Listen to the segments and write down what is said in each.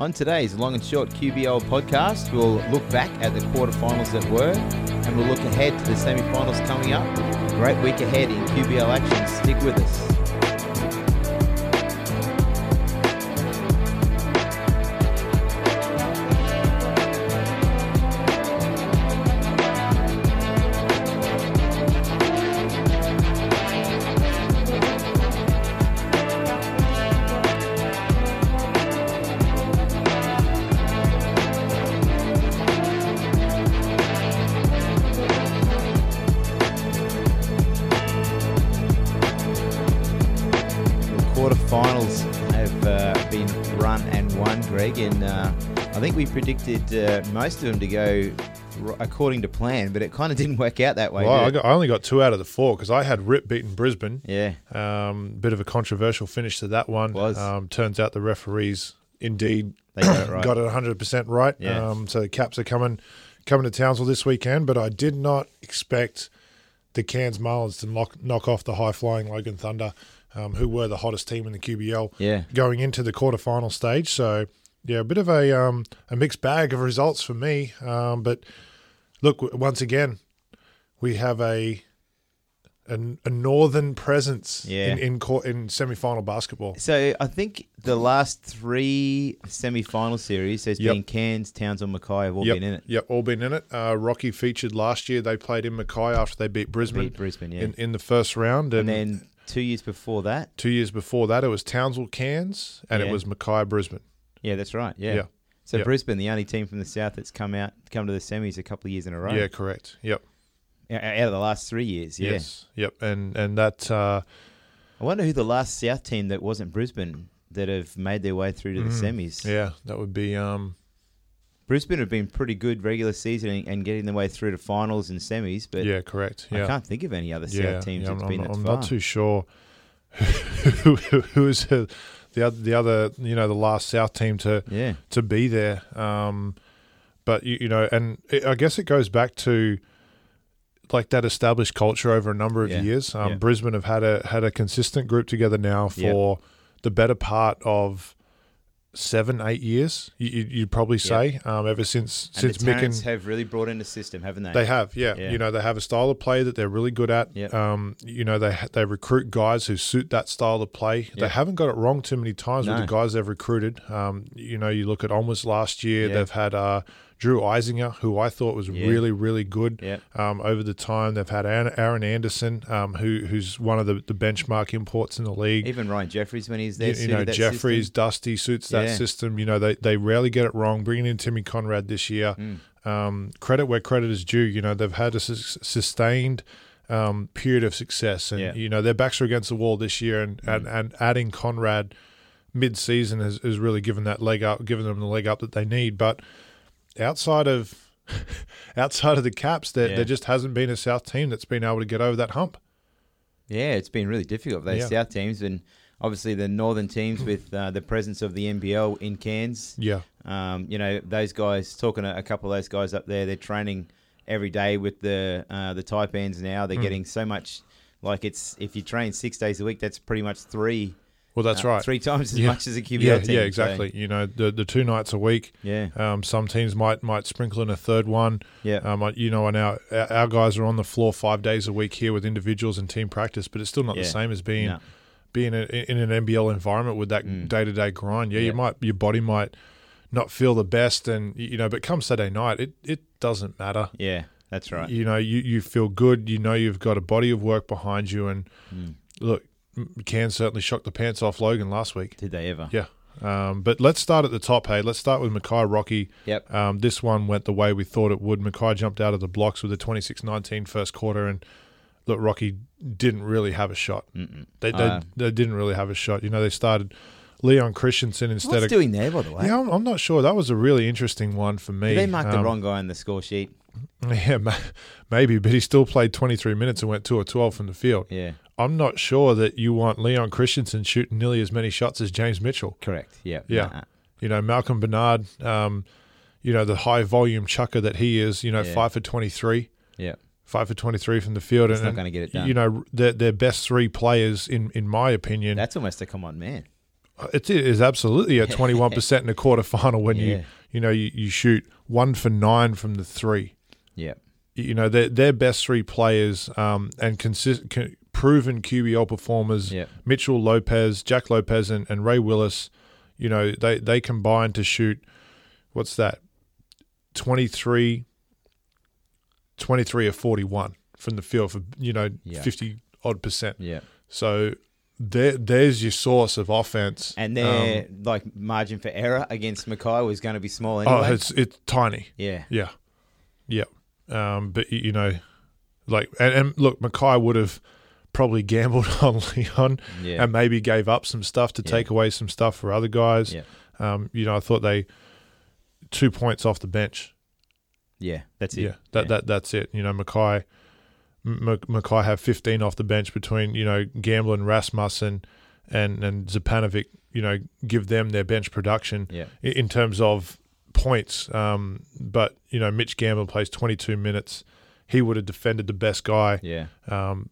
On today's Long and Short QBL podcast, we'll look back at the quarterfinals that were, and we'll look ahead to the semi-finals coming up. Great week ahead in QBL action. Stick with us. The quarterfinals have uh, been run and won, Greg, and uh, I think we predicted uh, most of them to go r- according to plan, but it kind of didn't work out that way. Well, did I, it? got, I only got two out of the four because I had Rip beating Brisbane. yeah, Um, bit of a controversial finish to that one. Was. Um, turns out the referees indeed they got it right. got it 100% right. Yeah. Um, so the Caps are coming coming to Townsville this weekend, but I did not expect the Cairns Marlins to knock, knock off the high flying Logan Thunder, um, who were the hottest team in the QBL Yeah. going into the quarterfinal stage. So, yeah, a bit of a, um, a mixed bag of results for me. Um, but look, w- once again, we have a. An, a northern presence Yeah. in in, cour- in semi final basketball. So I think the last three semi-final series has Yep. been Cairns, Townsville, Mackay have all yep. been in it. Yep, all been in it. Uh, Rocky featured last year. They played in Mackay after they beat Brisbane, Beat Brisbane, yeah. in, in the first round. and And, then two years before that, two years before that, it was Townsville, Cairns, and Yeah. it was Mackay, Brisbane. yeah, that's right. Yeah. Yeah. So Yeah. Brisbane, the only team from the south that's come out, come to the semis a couple of years in a row. Yeah, correct. Yep. O- Out of the last three years. Yeah. Yes. Yep. And and that uh, I wonder who the last south team that wasn't Brisbane that have made their way through to the semis. Mm. yeah, that would be um Brisbane have been pretty good regular season and, and getting their way through to finals and semis, but yeah, correct. Yeah. I can't think of any other south yeah, teams yeah, I'm, that's been I'm- that I'm far. not too sure who who is the other the other you know the last South team to yeah. to be there. Um, but you, you know, and it, I guess it goes back to like that established culture over a number of Yeah. years. Um, Yeah. Brisbane have had a had a consistent group together now Yep. for the better part of seven, eight years. You, you, you'd probably say um, ever since And since the Mick and Terrans have really brought in a system, haven't they? they have, yeah. Yeah. You know, they have a style of play that they're really good at. Yep. Um, you know, they they recruit guys who suit that style of play. They Yep. haven't got it wrong too many times with No. the guys they've recruited. Um, you know, you look at Onwards last year. Yeah. They've had uh, Drew Isinger, who I thought was Yeah. really really good. Yep. Um, over the time they've had Aaron, Aaron Anderson, um, who who's one of the, the benchmark imports in the league. Even Ryan Jeffries when he's there, You, you know, Jeffries, Dusty suits that Yeah. system. You know, they, they rarely get it wrong. Bringing in Timmy Conrad this year, Mm. um, credit where credit is due. You know, they've had a sus- sustained um, period of success. And, Yeah. Mm. you know, their backs are against the wall this year. And, and, and adding Conrad mid season has, has really given that leg up, given them the leg up that they need. But outside of. Outside of the caps, there, Yeah. there just hasn't been a South team that's been able to get over that hump. Yeah, it's been really difficult for those Yeah. South teams, and obviously the Northern teams with uh, the presence of the NBL in Cairns. Yeah, Um, you know, those guys talking to a couple of those guys up there, they're training every day with the uh, the tie bands now. Hmm. They're getting so much. Like it's if you train six days a week, that's pretty much three. well, that's uh, right. Three times as Yeah. much as a QBL yeah, team. yeah, So, exactly. You know, the the two nights a week. yeah, Um, some teams might might sprinkle in a third one. yeah. Um, I- you know, and our our our guys are on the floor five days a week here with individuals and team practice, but it's still not Yeah. the same as being No. Mm. being in in an NBL environment with that day to day grind. Yeah, Yeah. you might your body might not feel the best, and you know, but come Saturday night, it it doesn't matter. yeah, that's right. You know, you, you feel good. You know, you've got a body of work behind you, and Mm. look, can certainly shock the pants off Logan last week. Did they ever? Yeah. Um, but let's start at the top, hey. Let's start with Mackay Rocky. Yep. Um, this one went the way we thought it would. Mackay jumped out of the blocks with a 26-19 first quarter, and look, Rocky didn't really have a shot. Mm-mm. They they, Uh, they didn't really have a shot. You know, they started Leon Christensen instead What's of. doing there, by the way? yeah, I'm, I'm not sure. That was a really interesting one for me. Did they mark the Um, wrong guy on the score sheet? Yeah, ma- maybe, but he still played 23 minutes and went two or 12 from the field. Yeah, I'm not sure that you want Leon Christensen shooting nearly as many shots as James Mitchell. correct. Yeah, Yeah. Nuh-uh. You know, Malcolm Bernard, um, you know, the high volume chucker that he is, you know, Yeah. five for 23, yeah. five for 23 from the field. He's and, not gonna get it done. You know, their, their best three players, in, in my opinion, uh, That's almost a come on man. It is absolutely a 21% in a quarter final when Yeah. you you know you, you shoot 1 for 9 from the 3. Yeah. You know, their their best three players um, and consist, c- proven QBL performers Yeah. Mitchell Lopez, Jack Lopez and, and Ray Willis, you know, they they combined to shoot what's that? 23 23 or 41 from the field for you know Yeah. 50 odd percent. Yeah. So there, there's your source of offense. And Um, their like margin for error against Mackay was going to be small oh, anyway. it's it's tiny. yeah. Yeah, yeah. Um, but y- you know, like, and, and look, Mackay would have probably gambled on Leon Yeah. and maybe gave up some stuff to Yeah. take away some stuff for other guys. Yeah. Um, you know, I thought they two points off the bench. yeah. That's it. Yeah, that that that's it. You know, Mackay. M- Mac- Mackay have 15 off the bench between you know Gamble and Rasmussen and and Zapanovic. You know, give them their bench production Yeah. i- in terms of points. Um, but you know, Mitch Gamble plays 22 minutes. He would have defended the best guy. Yeah. Um,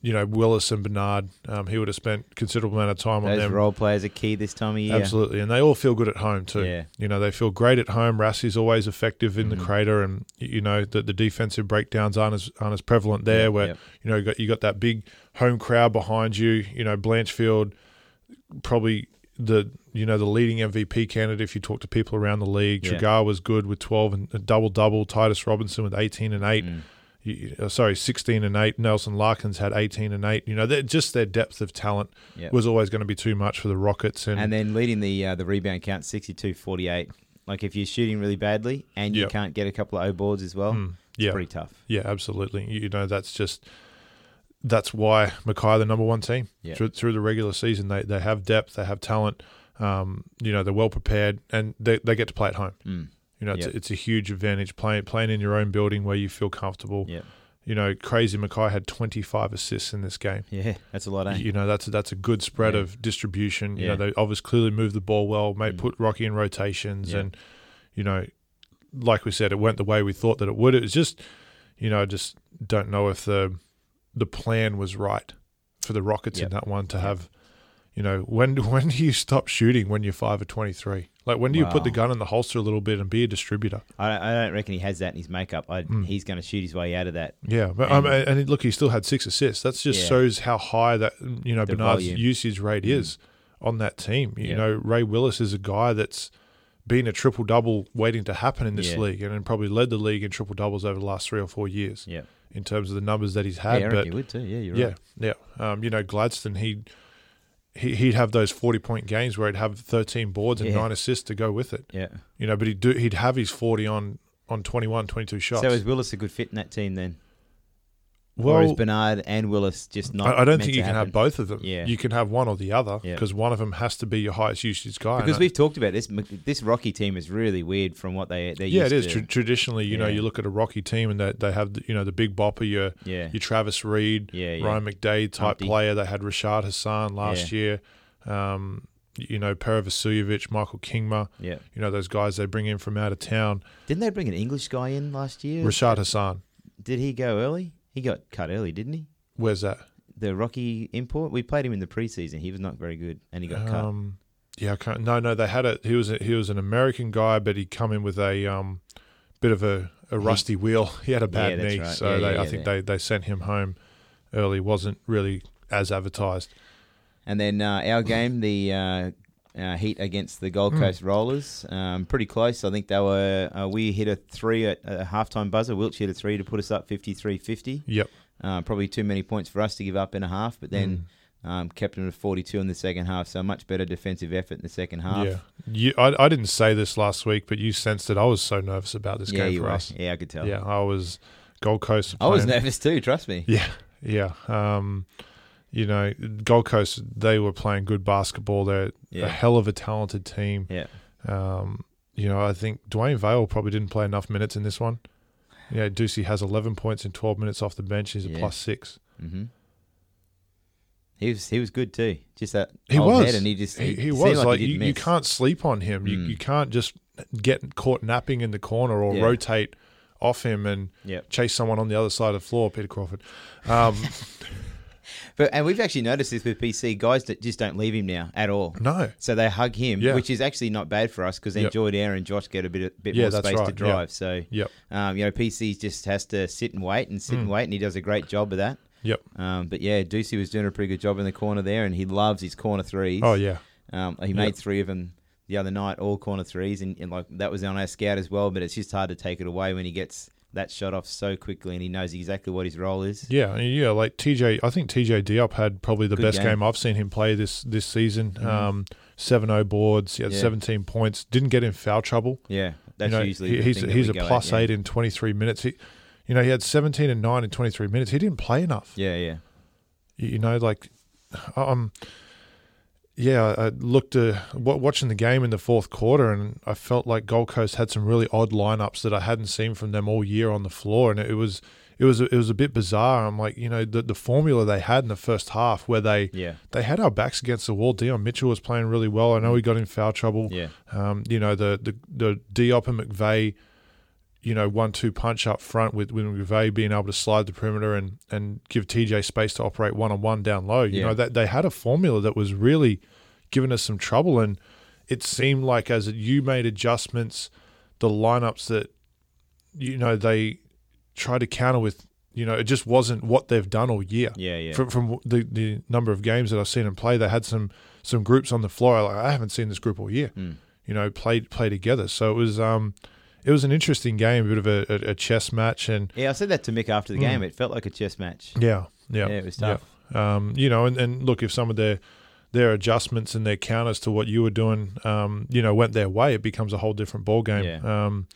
you know, Willis and Bernard. Um, he would have spent considerable amount of time on Those them. role players are key this time of year. Absolutely, and they all feel good at home too. Yeah. Mm-hmm. You know, they feel great at home. Rassi's always effective in the crater, and y- you know the, the defensive breakdowns aren't as aren't as prevalent there. Yeah, where yeah. you know you got you got that big home crowd behind you. You know Blanchfield, probably the you know the leading MVP candidate if you talk to people around the league. Yeah. Trigar was good with twelve and a double double. Titus Robinson with eighteen and eight. Mm. You- uh, Sorry, sixteen and eight. Nelson Larkins had eighteen and eight. You know, they're- just their depth of talent Yeah. was always going to be too much for the Rockets, And then leading the uh, the rebound count 62 48. Like if you're shooting really badly and you Yep. can't get a couple of O boards as well, Mm, it's yeah, pretty tough. yeah, absolutely. You you know, that's just that's why Mackay are the number one team Yeah. through, through the regular season. They they have depth, they have talent. Um, you know, they're well prepared, and they, they get to play at home. Mm. You know, it's, Yeah. it's a huge advantage playing playing in your own building where you feel comfortable. Yeah. You know, crazy Mackay had 25 assists in this game. Yeah. That's a lot, eh? You know, that's that's a good spread Yeah. of distribution. You Yeah. know, they obviously clearly moved the ball well, made Mm. put Rocky in rotations, Yeah. and you know, like we said, it went the way we thought that it would. It was just, you know, I just don't know if the the plan was right for the Rockets Yep. in that one to Yep. have. You know, when when do you stop shooting when you're five or twenty three? Like when do you put the Wow. gun in the holster a little bit and be a distributor? I, don't, I don't reckon he has that in his makeup. I, Mm. He's going to shoot his way out of that. Yeah, but And- um, and and look, he still had six assists. That just Yeah. shows how high that you know The Bernard's volume. Mm. usage rate is on that team. You Yeah. know, Ray Willis is a guy that's been a triple double waiting to happen in this Yeah. league, and, then probably led the league in triple doubles over the last three or four years Yeah. in terms of the numbers that he's Yeah, I had. reckon but he would too. Yeah, you're yeah, right. yeah, um, you know, Gladstone he. he- He'd have those forty-point games where he'd have thirteen boards and Yeah. nine assists to go with it, Yeah. you know. But he'd do, he'd have his forty on on 21, 22 shots. So is Willis a good fit in that team then? well, or is Bernard and Willis just not? I, I don't meant think to you can happen? have both of them. Yeah. You can have one or the other Yeah. because one of them has to be your highest usage guy. because And we've talked about this. This Rocky team is really weird from what they they I- yeah, it used is to. Tra- traditionally. You know, Yeah. you look at a Rocky team and they, they have the, you know the big bopper, your yeah, your Travis Reed, yeah, yeah, Ryan McDade type Humpty. player. They had Rashad Hassan last year. Um, you know, Pera Vasiljevic, Michael Kingma. yeah. You know those guys they bring in from out of town. Didn't they bring an English guy in last year? Rashad Hassan, Did he go early? He got cut early, didn't he? where's that? The Rocky import. We played him in the preseason. He was not very good, and he got cut. Um, yeah, I can't. No, no, they had a. He was a, he was an American guy, but he come in with a um, bit of a, a rusty wheel. He had a bad that's knee, right. so Yeah, they, yeah, I yeah, think yeah. they, they sent him home early. wasn't really as advertised. And then uh, our game, the uh, uh, Heat against the Gold Mm. Coast Rollers, um, pretty close. I think they were. Uh, we hit a three at a halftime buzzer. Wiltsh hit a three to put us up 53-50. Yep. Uh, probably too many points for us to give up in a half, but then Mm. um, kept them to 42 in the second half. So much better defensive effort in the second half. Mm. Yeah. You, I, I didn't say this last week, but you sensed that I was so nervous about this yeah, game you for were. us. Yeah, I could tell. Yeah, I was Gold Coast. I was playing- nervous too. Trust me. Yeah, yeah. Um, you know, Gold Coast they were playing good basketball. They're Yeah. a hell of a talented team. Yeah. Um, you know, I think Dwayne Vale probably didn't play enough minutes in this one. You know, Ducey has 11 points in 12 minutes off the bench. He's a Yeah. plus six. hmm He was he was good too. Just that He old was. head, and he just He, he seemed was like, like, he did you, you can't sleep on him. You, Mm. you can't just get caught napping in the corner or Yeah. rotate off him and Yep. chase someone on the other side of the floor. Peter Crawford. Um, But and we've actually noticed this with BC guys that just don't leave him now at all. No. So they hug him, Yeah. which is actually not bad for us because then Yep. Jordan and Josh get a bit bit Yeah, more that's space to right, yeah. drive. So Yep. um, you know, PC just has to sit and wait and sit and wait, and he does a great job of that. Mm. Yep. Um, but yeah, Ducey was doing a pretty good job in the corner there, and he loves his corner threes. Oh yeah. Um, he made three of them the other night, all corner threes, and, and like that was on our scout as well. But it's just hard to take it away when he gets that shot off so quickly, and he knows exactly what his role is. Yeah, I mean, yeah. Like TJ, I think TJ Diop had probably the Good best game. Mm-hmm. game. I've seen him play this this season. Um, 7-0 boards. He had Yeah. seventeen points. Didn't get in foul trouble. Yeah, that's you know, usually he- the he's thing that he's we a go at, plus yeah. eight in twenty three minutes. He, you know, he had seventeen and nine in twenty three minutes. He didn't play enough. Yeah, yeah, You, you know, like, um, yeah. I I looked uh, wa watching the game in the fourth quarter, and I felt like Gold Coast had some really odd lineups that I hadn't seen from them all year on the floor, and it was. It was it was a bit bizarre. I'm like, you know, the, the formula they had in the first half, where they yeah, they had our backs against the wall. Dion Mitchell was playing really well. I know he got in foul trouble. yeah, Um, you know, the the the Diop and McVeigh, you know, one two punch up front with, with McVeigh being able to slide the perimeter and and give TJ space to operate one on one down low. You Yeah. know, that they had a formula that was really giving us some trouble and it seemed like as you made adjustments, the lineups that you know, they tried to counter with, you know, it just wasn't what they've done all year yeah, yeah. from, from the, the number of games that I've seen him play, they had some some groups on the floor. Like, I haven't seen this group all year. Mm. You know, play play together. So it was um, it was an interesting game, a bit of a, a, a chess match, and Yeah, I said that to Mick after Mm. the game. It felt like a chess match. yeah, yeah, Yeah, it was tough. yeah. Um, you know, and, and look, if some of their their adjustments and their counters to what you were doing, um, you know, went their way, it becomes a whole different ball game. Yeah. Um,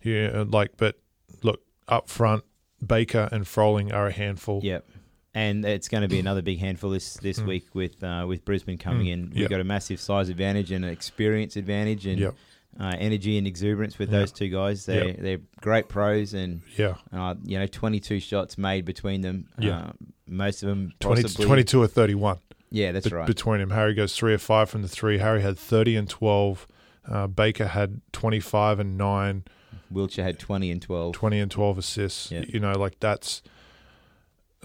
yeah, uh, like, but look up front, Baker and Froling are a handful. Yep. And it's going to be another big handful this, this week with uh, with Brisbane coming in. We've Hmm. Yep. got a massive size advantage and an experience advantage and Yep. uh, energy and exuberance with Yeah. those two guys. They Yep. they're great pros and yeah. uh, you know 22 shots made between them. Yeah. Uh, most of them 20, possibly- 22 or 31. Yeah, that's bet- right. between him. Harry goes three of five from the three. Harry had thirty and twelve. Uh, Baker had twenty five and nine, Wiltshire had 20 and 12. 20 and twelve assists. Yeah. You know, like that's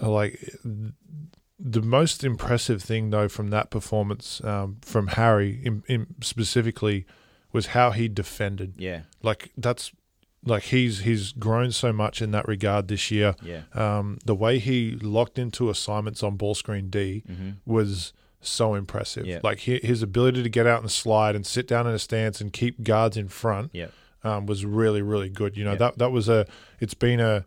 uh, like the most impressive thing though from that performance um, from Harry in, in specifically was how he defended. Yeah, Like that's like he's he's grown so much in that regard this year. yeah, Um, the way he locked into assignments on ball screen D Mm-hmm. was so impressive. Yeah. Like hi- his ability to get out and slide and sit down in a stance and keep guards in front yep, um, was really really good. You know Yeah. that that was a it's been a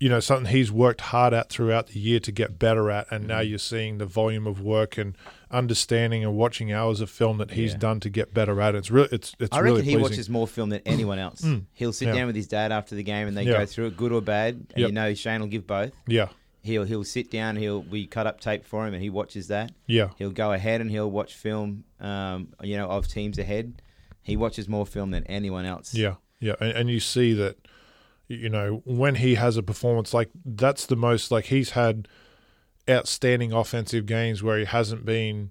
you know something he's worked hard at throughout the year to get better at, and Mm-hmm. now you're seeing the volume of work and understanding and watching hours of film that he's Yeah. done to get better at. It's really it's it's I reckon really he pleasing. Mm. watches more film than anyone else. He'll sit Yeah. down with his dad after the game and they Yeah. go through it, good or bad. And Yep. you know Shane will give both. yeah He'll he'll sit down. He'll we cut up tape for him, and he watches that. yeah He'll go ahead and he'll watch film. Um, you know, of teams ahead. He watches more film than anyone else. Yeah, yeah, and, and you see that, you know, when he has a performance like that's the most like he's had outstanding offensive games where he hasn't been,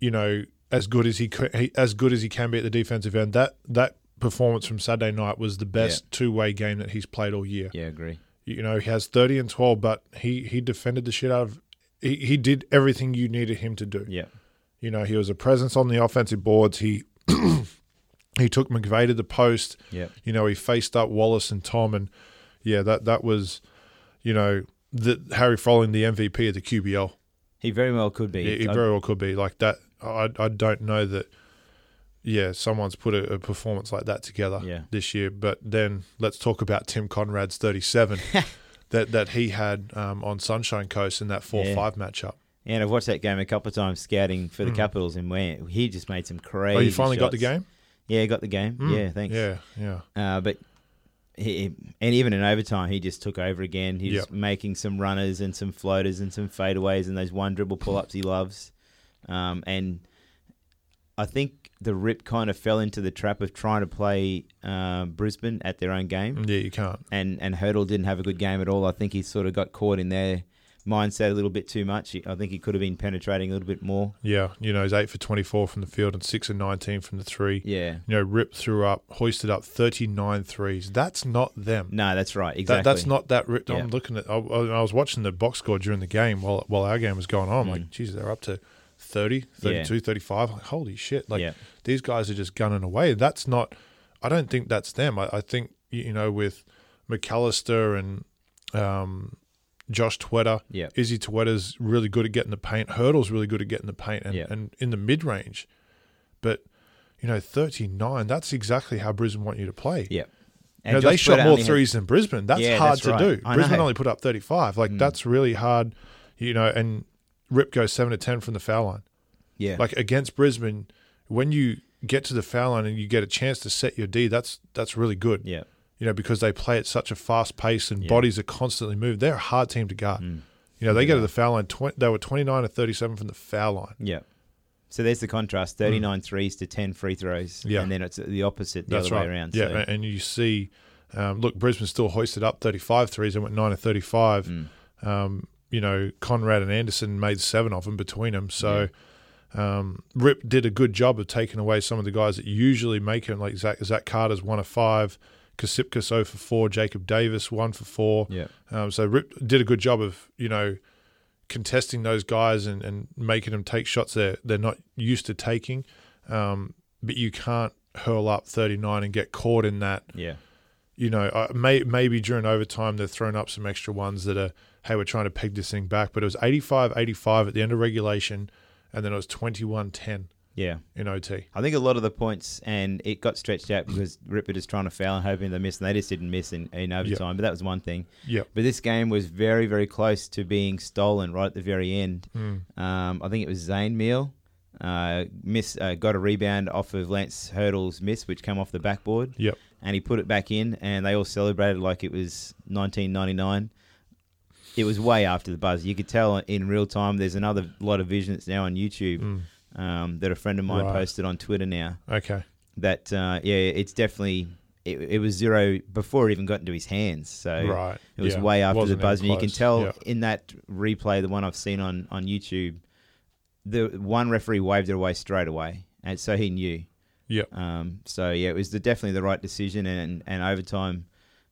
you know, as good as he, cou- he as good as he can be at the defensive end. That that performance from Saturday night was the best two way game that he's played all year. yeah, I agree. You know, he has thirty and twelve, but he he defended the shit out of. He, he did everything you needed him to do. Yeah, You know, he was a presence on the offensive boards. He he took McVay to the post yeah, you know he faced up Wallace and Tom and yeah that that was you know the Harry Froling the MVP of the QBL he very well could be. it, it I- very well could be like that I I don't know that yeah someone's put a, a performance like that together Yeah. this year but then let's talk about Tim Conrad's 37 that that he had um, on Sunshine Coast in that 4-5 Yeah. matchup and I've watched that game a couple of times scouting for the Capitals, and where he just made some crazy. Mm. oh you finally got the shots. game Mm. Yeah, he got the game. Yeah, thanks. yeah yeah Uh, but he, and even in overtime, he just took over again. He's Yep. making some runners and some floaters and some fadeaways and those one dribble pull ups he loves. Um, and I think the Rip kind of fell into the trap of trying to play um, Brisbane Mm. at their own game. yeah you can't And and Hurdle didn't have a good game at all. I think he sort of got caught in their mindset a little bit too much. He- I think he could have been penetrating a little bit more. Yeah, you know, he's eight for 24 from the field and six and 19 from the three. Yeah. You know, ripped through up, hoisted up 39 threes. That's not them. No, that's right. Exactly. That, that's not that. Ripped. Yeah. I'm looking at. I, I I was watching the box score during the game while while our game was going on. I'm Hmm. like, geez, they're up to 30, 32, 35. Like, holy shit! Like Yeah. these guys are just gunning away. That's not. I don't think that's them. I, I think you know with McAllister and um, Josh Twetta, Yeah. Izzy Twetta's really good at getting the paint. Hurdle's really good at getting the paint and, Yeah. and in the mid range, but. You know, thirty-nine. That's exactly how Brisbane want you to play. Yeah. You know, they Josh shot Brett more only had- threes than Brisbane. That's Yeah, hard that's to right. do. I Brisbane know. Hmm. only put up 35. Like, that's really hard, you know, and Rip goes 7 to 10 from the foul line. Yeah. Like, against Brisbane, when you get to the foul line and you get a chance to set your D, that's that's really good. yeah. You know, because they play at such a fast pace and bodies are constantly moved. They're a hard team to guard. Hmm. You know, they go to the foul line. Tw- they were 29 to 37 from the foul line. Yeah. So there's the contrast 39 threes to 10 free throws. Mm. Yeah. And then it's the opposite the That's other right. way around. Yeah, So, a- and you see, um, look, Brisbane still hoisted up 35 threes and went 9 to 35. Mm. Um, you know, Conrad and Anderson made seven of them between them. So um, Rip did a good job of taking away some of the guys that usually make him, like Zach, Zach Carter's 1 of 5, Kasipkas 0 for 4, Jacob Davis 1 for 4. yeah. Um, so Rip did a good job of, you know, contesting those guys and, and making them take shots that they're not used to taking. Um, but you can't hurl up 39 and get caught in that. Yeah. You know, uh, may, maybe during overtime they're throwing up some extra ones that are, hey, we're trying to peg this thing back. But it was 85 85 at the end of regulation, and then it was 21 10 Yeah. in OT. I think a lot of the points, and it got stretched out because Ripper is trying to foul and hoping they miss, and they just didn't miss in, in overtime. But that was one thing. Yep. But this game was very, very close to being stolen right at the very end. Hmm. Um, I think it was Zane Meal uh, miss uh, got a rebound off of Lance Hurdle's miss, which came off the backboard, Yep. and he put it back in, and they all celebrated like it was 1999. It was way after the buzz. You could tell in real time. There's another lot of vision that's now on YouTube um, that a friend of mine Hmm. Right. posted on Twitter now Okay. that uh, yeah, it's definitely it, it was zero before it even got into his hands. So Right, it was yeah. way after the Wasn't even buzz, and you can close, tell yeah. in that replay, the one I've seen on on YouTube, the one referee waved it away straight away, and so he knew. Yep. Um, so yeah, it was the, definitely the right decision, and and overtime,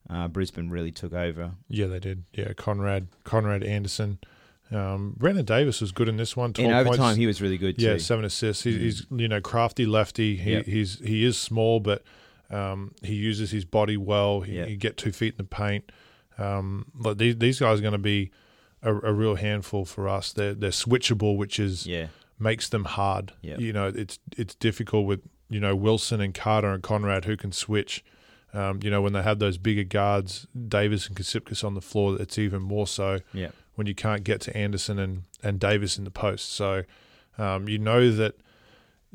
uh, Brisbane really took over. Yeah, they did. Yeah, Conrad, Conrad Anderson. Um, Brennan Davis was good in this one. 12 In overtime, points, he was really good too. Mm-hmm. Yeah, seven assists. He, He's you know crafty lefty. He, Yep. He's he is small, but um, he uses his body well. He, Yep. he get two feet in the paint. Um, but these, these guys are going to be a, a real handful for us. They're they're switchable, which is yeah, makes them hard. Yep. You know, it's it's difficult with you know Wilson and Carter and Conrad who can switch. Um, you know, when they have those bigger guards, Davis and Kasipkas on the floor, it's even more so yeah, when you can't get to Anderson and, and Davis in the post. So um, you know that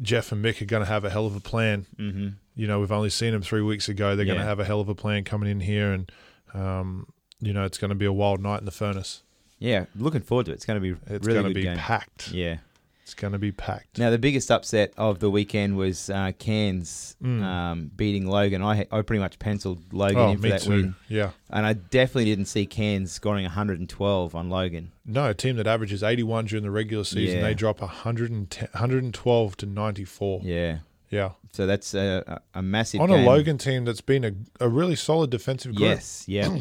Jeff and Mick are going to have a hell of a plan. hmm You know, we've only seen them three weeks ago. They're going Yeah. to have a hell of a plan coming in here, and um, you know it's going to be a wild night in the furnace. yeah. Looking forward to it. It's going to be It's really good going to be game. packed. yeah. It's going to be packed. Now, the biggest upset of the weekend was uh, Cairns Mm. um, beating Logan. I, I pretty much penciled Logan oh, in for me that too. win. Yeah. And I definitely didn't see Cairns scoring 112 on Logan. No, a team that averages 81 during the regular season, Yeah. they drop 110, 112 to 94. Yeah. Yeah. So that's a, a a massive On game. a Logan team that's been a, a really solid defensive group. Hmm. Yes, yeah.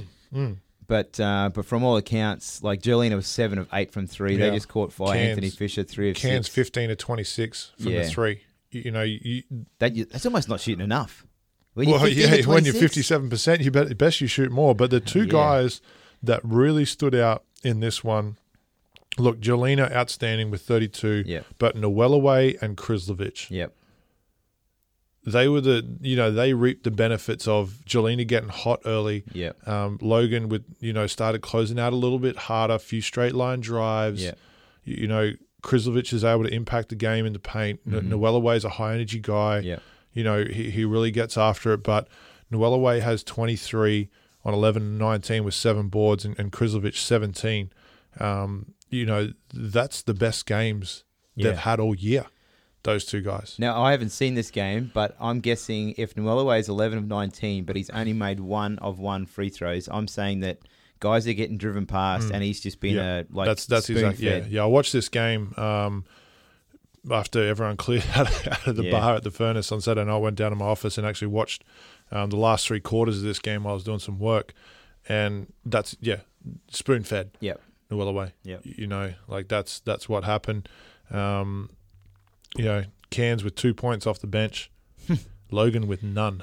But uh, but from all accounts, like Jelena was seven of eight from three. They Yeah. just caught fire. Cairns- Anthony Fisher three of Cairns six. 15 to 26 from Yeah. the three. You, you know, you, That, that's almost not shooting enough. When well, 15 to yeah, when you're 26? 57%, you bet, best you shoot more. But the two Yeah. guys that really stood out in this one look, Jelena outstanding with 32, Yeah. but Noelaway and Krislovich, Yep. they were the, you know, they reaped the benefits of Jelena getting hot early. Yep. Um, Logan with, you know, started closing out a little bit harder, few straight line drives. Yep. You, you know, Krislovich is able to impact the game in the paint. mm is a high energy guy Mm-hmm. Yep. you know, he, he really gets after it. But Noelaway has 23 on 11 and 19 with seven boards and, and Krizlovich 17. Um, you know, that's the best games Yeah. they've had all year, those two guys. Now, I haven't seen this game, but I'm guessing if Nwelaway is 11 of 19, but he's only made one of one free throws, I'm saying that guys are getting driven past, and he's just been a like Hmm. that's that's exactly yeah spoon-fed. yeah. I watched this game um, after everyone cleared out, out of the Yeah. bar at the furnace on Saturday night. I went down to my office and actually watched um, the last three quarters of this game while I was doing some work, and that's yeah, spoon fed Yep. Nuellaway. Yep. you know, like that's that's what happened. Um, you know, Cairns with two points off the bench, Logan with none.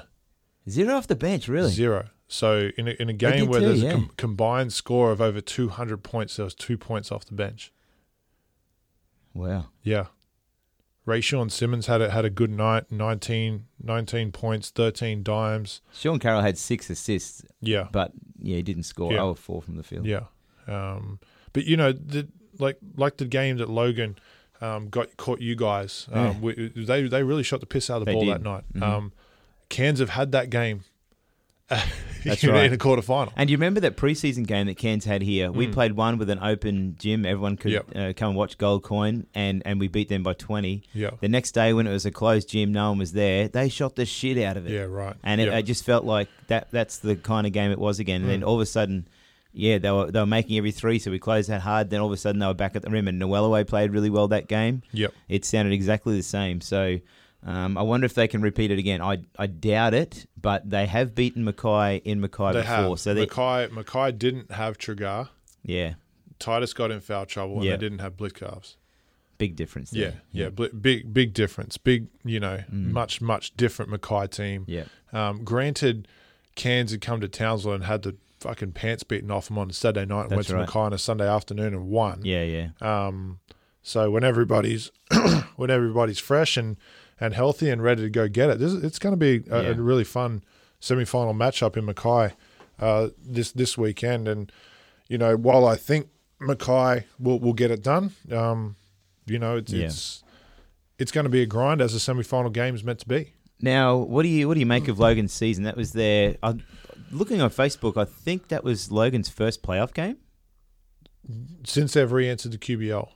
Zero off the bench, Hmm. really. Zero. So in a, in a game did where too, there's yeah. a com- combined score of over 200 points, there was two points off the bench. Wow. Yeah. Ray Sean Simmons had a, had a good night, 19, 19 points, 13 dimes. Sean Carroll had six assists, Yeah. but yeah, he didn't score. Yeah. I was four from the field. Yeah. Um, but, you know, the, like like the game that Logan um, got caught you guys, um, Yeah. we, they, they really shot the piss out of the They ball did. that night. Mhm. Um, Cairns have had that game That's in, right. in a quarterfinal. And you remember that preseason game that Cairns had here? We played one with an open gym. Everyone could Hmm. Yep. uh, come and watch Gold Coin, and, and we beat them by 20. Yeah. The next day, when it was a closed gym, no one was there, they shot the shit out of it. Yeah, right. And it, uh, yeah. Hmm. I just felt like that that's the kind of game it was again. And then all of a sudden, yeah, they were, they were making every three, so we closed that hard. Then all of a sudden, they were back at the rim, and Noellaway played really well that game. Yep. It sounded exactly the same. So um, I wonder if they can repeat it again. I, I doubt it, but they have beaten Mackay in Mackay They before. have. So they, Mackay, Mackay didn't have Trigar. yeah, Titus got in foul trouble and Yeah. they didn't have Blitkarves. big difference. Yeah, There. yeah, bli big, big difference. Big, you know, much, much different Mackay team. Mm. yeah, Um, granted, Cairns had come to Townsville and had the fucking pants beaten off them on a Saturday night and went That's to right. Mackay on a Sunday afternoon and won. yeah, yeah. Um, so when everybody's when everybody's fresh and and healthy and ready to go get it, this is, it's going to be a, a Yeah. really fun semi-final matchup in Mackay uh, this this weekend. And you know, while I think Mackay will will get it done, um, you know, it's Yeah. it's it's going to be a grind as a semi-final game is meant to be. Now, what do you what do you make of Logan's season? That was their. I, looking on Facebook, I think that was Logan's first playoff game. Since they've re-entered the QBL,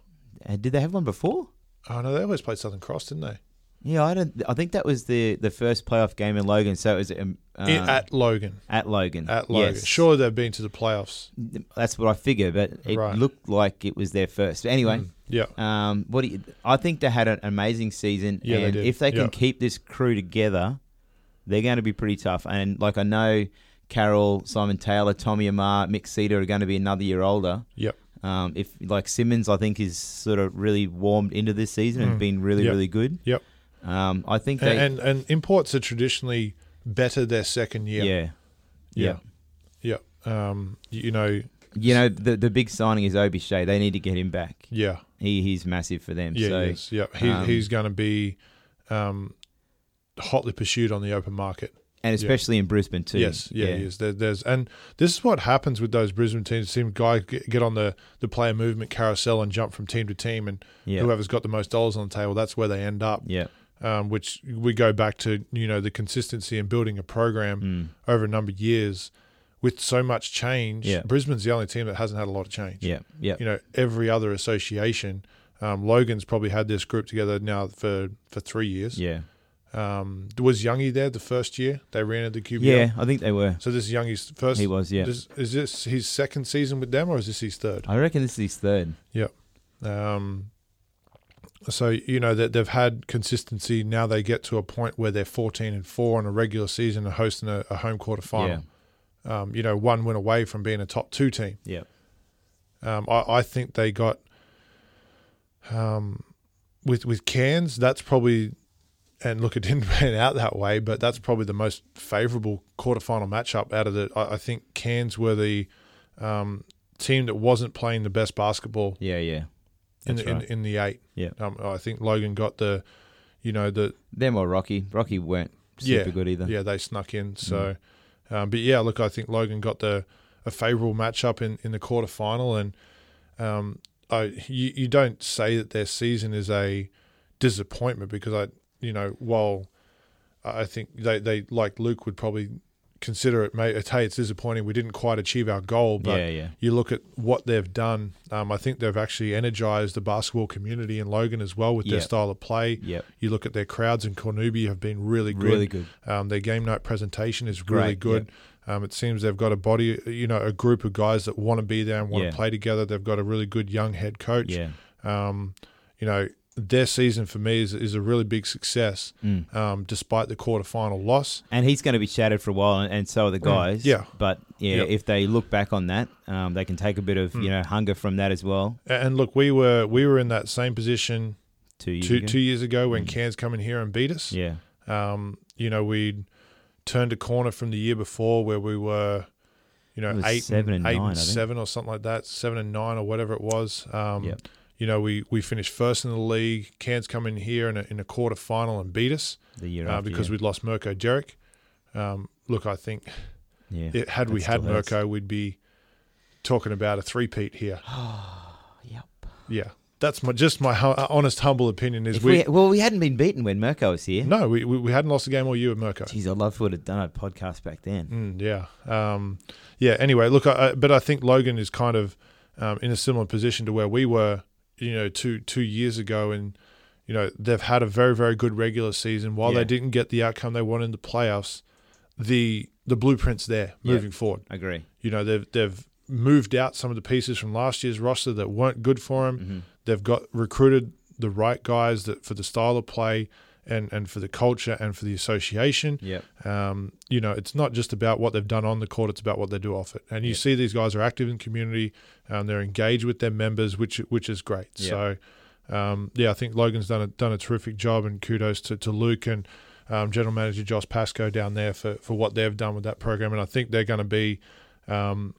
Uh, did they have one before? oh no, they always played Southern Cross, didn't they? Yeah, I don't. I think that was the the first playoff game in Logan. So it was um, I- uh, at Logan, at Logan. at Logan. Yes. Sure, they've been to the playoffs. That's what I figure, but it Right. Mm. looked like it was their first. But anyway, Yeah, um, what do you, I think they had an amazing season, Yeah, they and did. if they can Yeah. keep this crew together, they're going to be pretty tough. And like I know, Carroll, Simon Taylor, Tommy Amar, Mick Cedar are going to be another year older. yep. Um, if like Simmons, I think is sort of really warmed into this season and been really Yeah. really good. Mm. Yep. Um, I think they, and, and and imports are traditionally better their second year. yeah. yeah. yeah, yeah. Um, y- you know, You know, the the big signing is Obi Shea. They need to get him back. yeah, He he's massive for them. yeah, so yes, yeah. He, um, he's going to be um, hotly pursued on the open market. and especially in Brisbane too. Yes, yeah, he is. There, there's and this is what happens with those Brisbane teams. Seem guy get, get on the the player movement carousel and jump from team to team, and Yeah. whoever's got the most dollars on the table, that's where they end up. Yeah. um, which we go back to you know the consistency in building a program Mm. over a number of years with so much change. Yeah. Brisbane's the only team that hasn't had a lot of change. Yeah. Yeah. You know, every other association, um, Logan's probably had this group together now for for three years. Yeah. Um, was Youngie there the first year they ran into QBL? Yeah, I think they were. So this is Youngie's first. He was, yeah. This, is this his second season with them, or is this his third? I reckon this is his third. Yep. Um, so you know that they've had consistency. Now they get to a point where they're fourteen and four in a regular season and hosting a, a home quarter final. Um, you know, one win away from being a top two team. Yeah. Um, I, I think they got um, with with Cairns. That's probably and look, it didn't pan out that way, but that's probably the most favourable quarterfinal matchup out of the. I, I think Cairns were the um, team that wasn't playing the best basketball Yeah. Yeah. Yeah. in That's the, in, right. in the eight. Yeah. um, I think Logan got the, you know the Them or Rocky. Rocky weren't super Yeah. good either. yeah they snuck Mm-hmm. in. So, um, but yeah, look, I think Logan got the a favourable matchup in in the quarterfinal, and um, I you, you don't say that their season is a disappointment because I you know while I I think they they like Luke would probably consider it mate it's, hey it's disappointing we didn't quite achieve our goal but yeah. Yeah. you look at what they've done. Um, I think they've actually energized the basketball community in Logan as well with their Yeah. style of play. Yeah. You look at their crowds in Cornubia have been really good. Really good. Um, their game night presentation is really Great, good. Um, it seems they've got a body, you know, a group of guys that want to be there and want Yeah. to play together. They've got a really good young head coach. Yeah. Um, you know, their season for me is, is a really big success, Mm. um, despite the quarterfinal loss. And he's going to be shattered for a while, and, and so are the guys. Mm. Yeah. But yeah, Yep. Mm. if they look back on that, um, they can take a bit of you know hunger from that as well. A- And look, we were we were in that same position Two years. two ago. Mm. two years ago when Cairns come in here and beat us. Yeah. Um, you know, we turned a corner from the year before where we were, you It know, was eight, seven and eight nine, I and think. seven or something like that, seven and nine or whatever it was. Um, Yep. You know, we, we finished first in the league. Cairns come in here in a, in a quarter final and beat us The year uh, after. because we'd lost Mirko Jerick. Um, look, I think yeah. Yeah. it, had we that had still hurts. Mirko, we'd be talking about a three-peat here. Yep. yeah. That's my just my hu- uh, honest, humble opinion is If we, we, well, we hadn't been beaten when Mirko was here. no, we, we, we hadn't lost a game all year with Mirko. Jeez, I'd love to have done a podcast back then. Mm, yeah. Um, yeah. Anyway, look, I, I, but I think Logan is kind of um, in a similar position to where we were, you know, two two years ago, and you know they've had a very very good regular season. While Yeah. they didn't get the outcome they wanted in the playoffs, the the blueprint's there Yeah. moving forward. Agree. You know, they've they've moved out some of the pieces from last year's roster that weren't good for them. Mhm. They've got recruited the right guys that for the style of play. And, and for the culture and for the association, Yep. um, you know, it's not just about what they've done on the court; it's about what they do off it. And you Yeah. see, these guys are active in community, um, they're engaged with their members, which which is great. Yeah. So, um, yeah, I think Logan's done a done a terrific job, and kudos to, to Luke and um, General Manager Josh Pasco down there for for what they've done with that program. And I think they're going to be, um,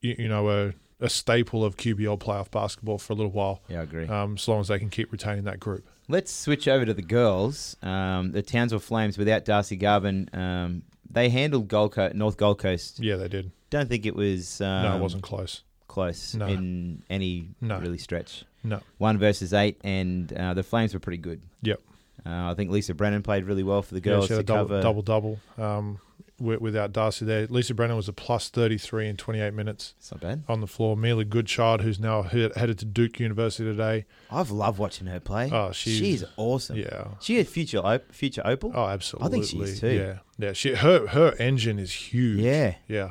you, you know, a a staple of QBL playoff basketball for a little while, Yeah, I agree. um, so long as they can keep retaining that group. Let's switch over to the girls. Um, the Townsville Flames, without Darcy Garvin, um, they handled Gold Co- North Gold Coast. Yeah, they did. Don't think it was um, No, it wasn't close. close No. in any No. really stretch. No. One versus eight, and uh, the Flames were pretty good. Yep. Uh, I think Lisa Brennan played really well for the Yeah, girls she had to a double, cover. double double um, wi- without Darcy there. Lisa Brennan was a plus 33 in 28 minutes It's not bad. on the floor. Mila Goodchild, who's now he- headed to Duke University today. I've loved watching her play. Oh, she's- awesome. Yeah. She a future op- future Opal. Oh, absolutely. she is too. Yeah. Yeah. She, her her engine is huge. Yeah. Yeah.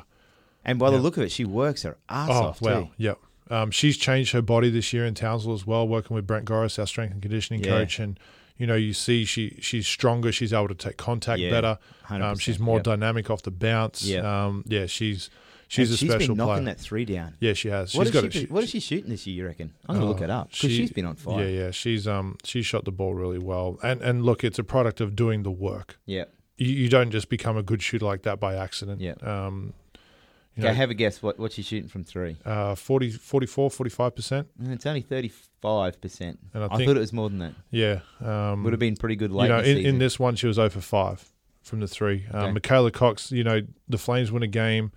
And by the Yeah. look of it, she works her ass Oh, off wow. too. Yep. Um, she's changed her body this year in Townsville as well, working with Brent Goris, our strength and conditioning Yeah. coach. And, you know, you see she she's stronger. She's able to take contact Yeah, better. 100%, Um, she's more yep. dynamic off the bounce. Yep. Um, yeah. She's she's And a special She's been knocking player. that three down. Yeah, she has. What She's is, got she, it. what is she shooting this year? You reckon? I'm gonna look Oh, it up because she- she, has been on fire. Yeah, yeah. She's um she shot the ball really well, and and look, it's a product of doing the work. yeah. You, you don't just become a good shooter like that by accident. Yeah. Um, you Okay, know, have a guess what what she's shooting from three. uh, 40, 44, 45 percent. Mm, It's only thirty five percent. And I I think- thought it was more than that. Yeah. Um, Would have been pretty good late you know, in, the in, season. in this one she was over five from the three. Um, Okay. Michaela Cox, you know, the Flames win a game.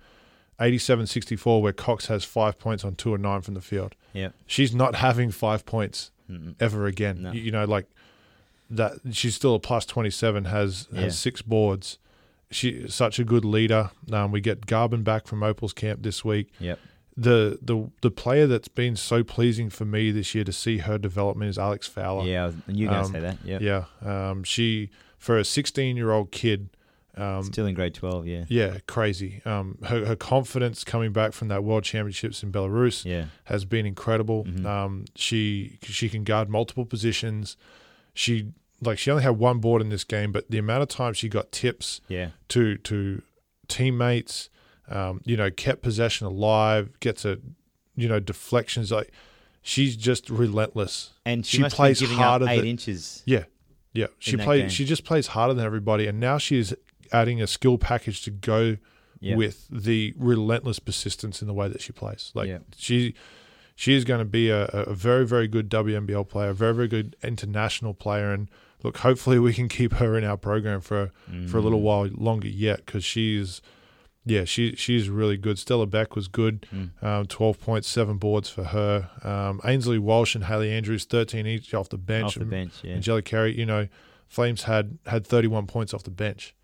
87-64 where Cox has 5 points on 2 and 9 from the field. yeah. She's not having 5 points Mm, ever again. No. You, you know, like that she's still a plus twenty seven, has Yeah. has six boards. She such a good leader. Um, we get Garvin back from Opal's camp this week. Yep. The the the player that's been so pleasing for me this year to see her development is Alex Fowler. Yeah. I was- and You're gonna Um, say that. Yeah. Yeah. Um, she for a sixteen year old kid, um, Still in grade twelve. Yeah. yeah, crazy. Um, her, her confidence coming back from that world championships in Belarus Yeah. has been incredible. Mhm. Um, she she can guard multiple positions. She like she only had one board in this game, but the amount of time she got tips Yeah. to to teammates, um, you know, kept possession alive, gets a you know deflections like she's just relentless. And she, She must plays be giving harder up eight than- inches. Yeah, yeah. She that game. plays. She just plays harder than everybody, and now she is adding a skill package to go Yeah. with the relentless persistence in the way that she plays. Like Yeah. she, she is going to be a, a very very good WNBL player, a very very good international player, and look, hopefully we can keep her in our program for mm, for a little while longer yet because she's. Yeah, she she's really good. Stella Beck was good, Hmm. um, twelve point seven boards for her. Um, Ainsley Walsh and Haley Andrews, thirteen each off the bench. Off the bench. Yeah. Angelic Carey, you know, Flames had had 31 points off the bench.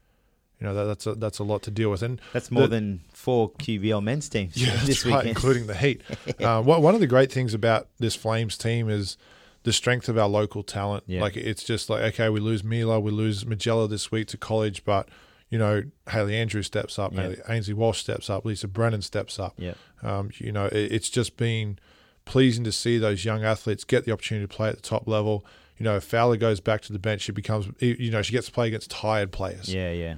You know, that, that's a, that's a lot to deal with. And That's more the- than four QBL men's teams yeah, that's this right, weekend. including the Heat. uh, one one of the great things about this Flames team is the strength of our local talent. Yeah. Like it's just like okay, we lose Mila, we lose Magella this week to college, but you you know, Haley Andrews steps up, Yeah. Haley, Ainsley Walsh steps up, Lisa Brennan steps up. Yeah. Um, you know, it, it's just been pleasing to see those young athletes get the opportunity to play at the top level. You know, if Fowler goes back to the bench, she becomes, you know, she gets to play against tired players. Yeah, yeah.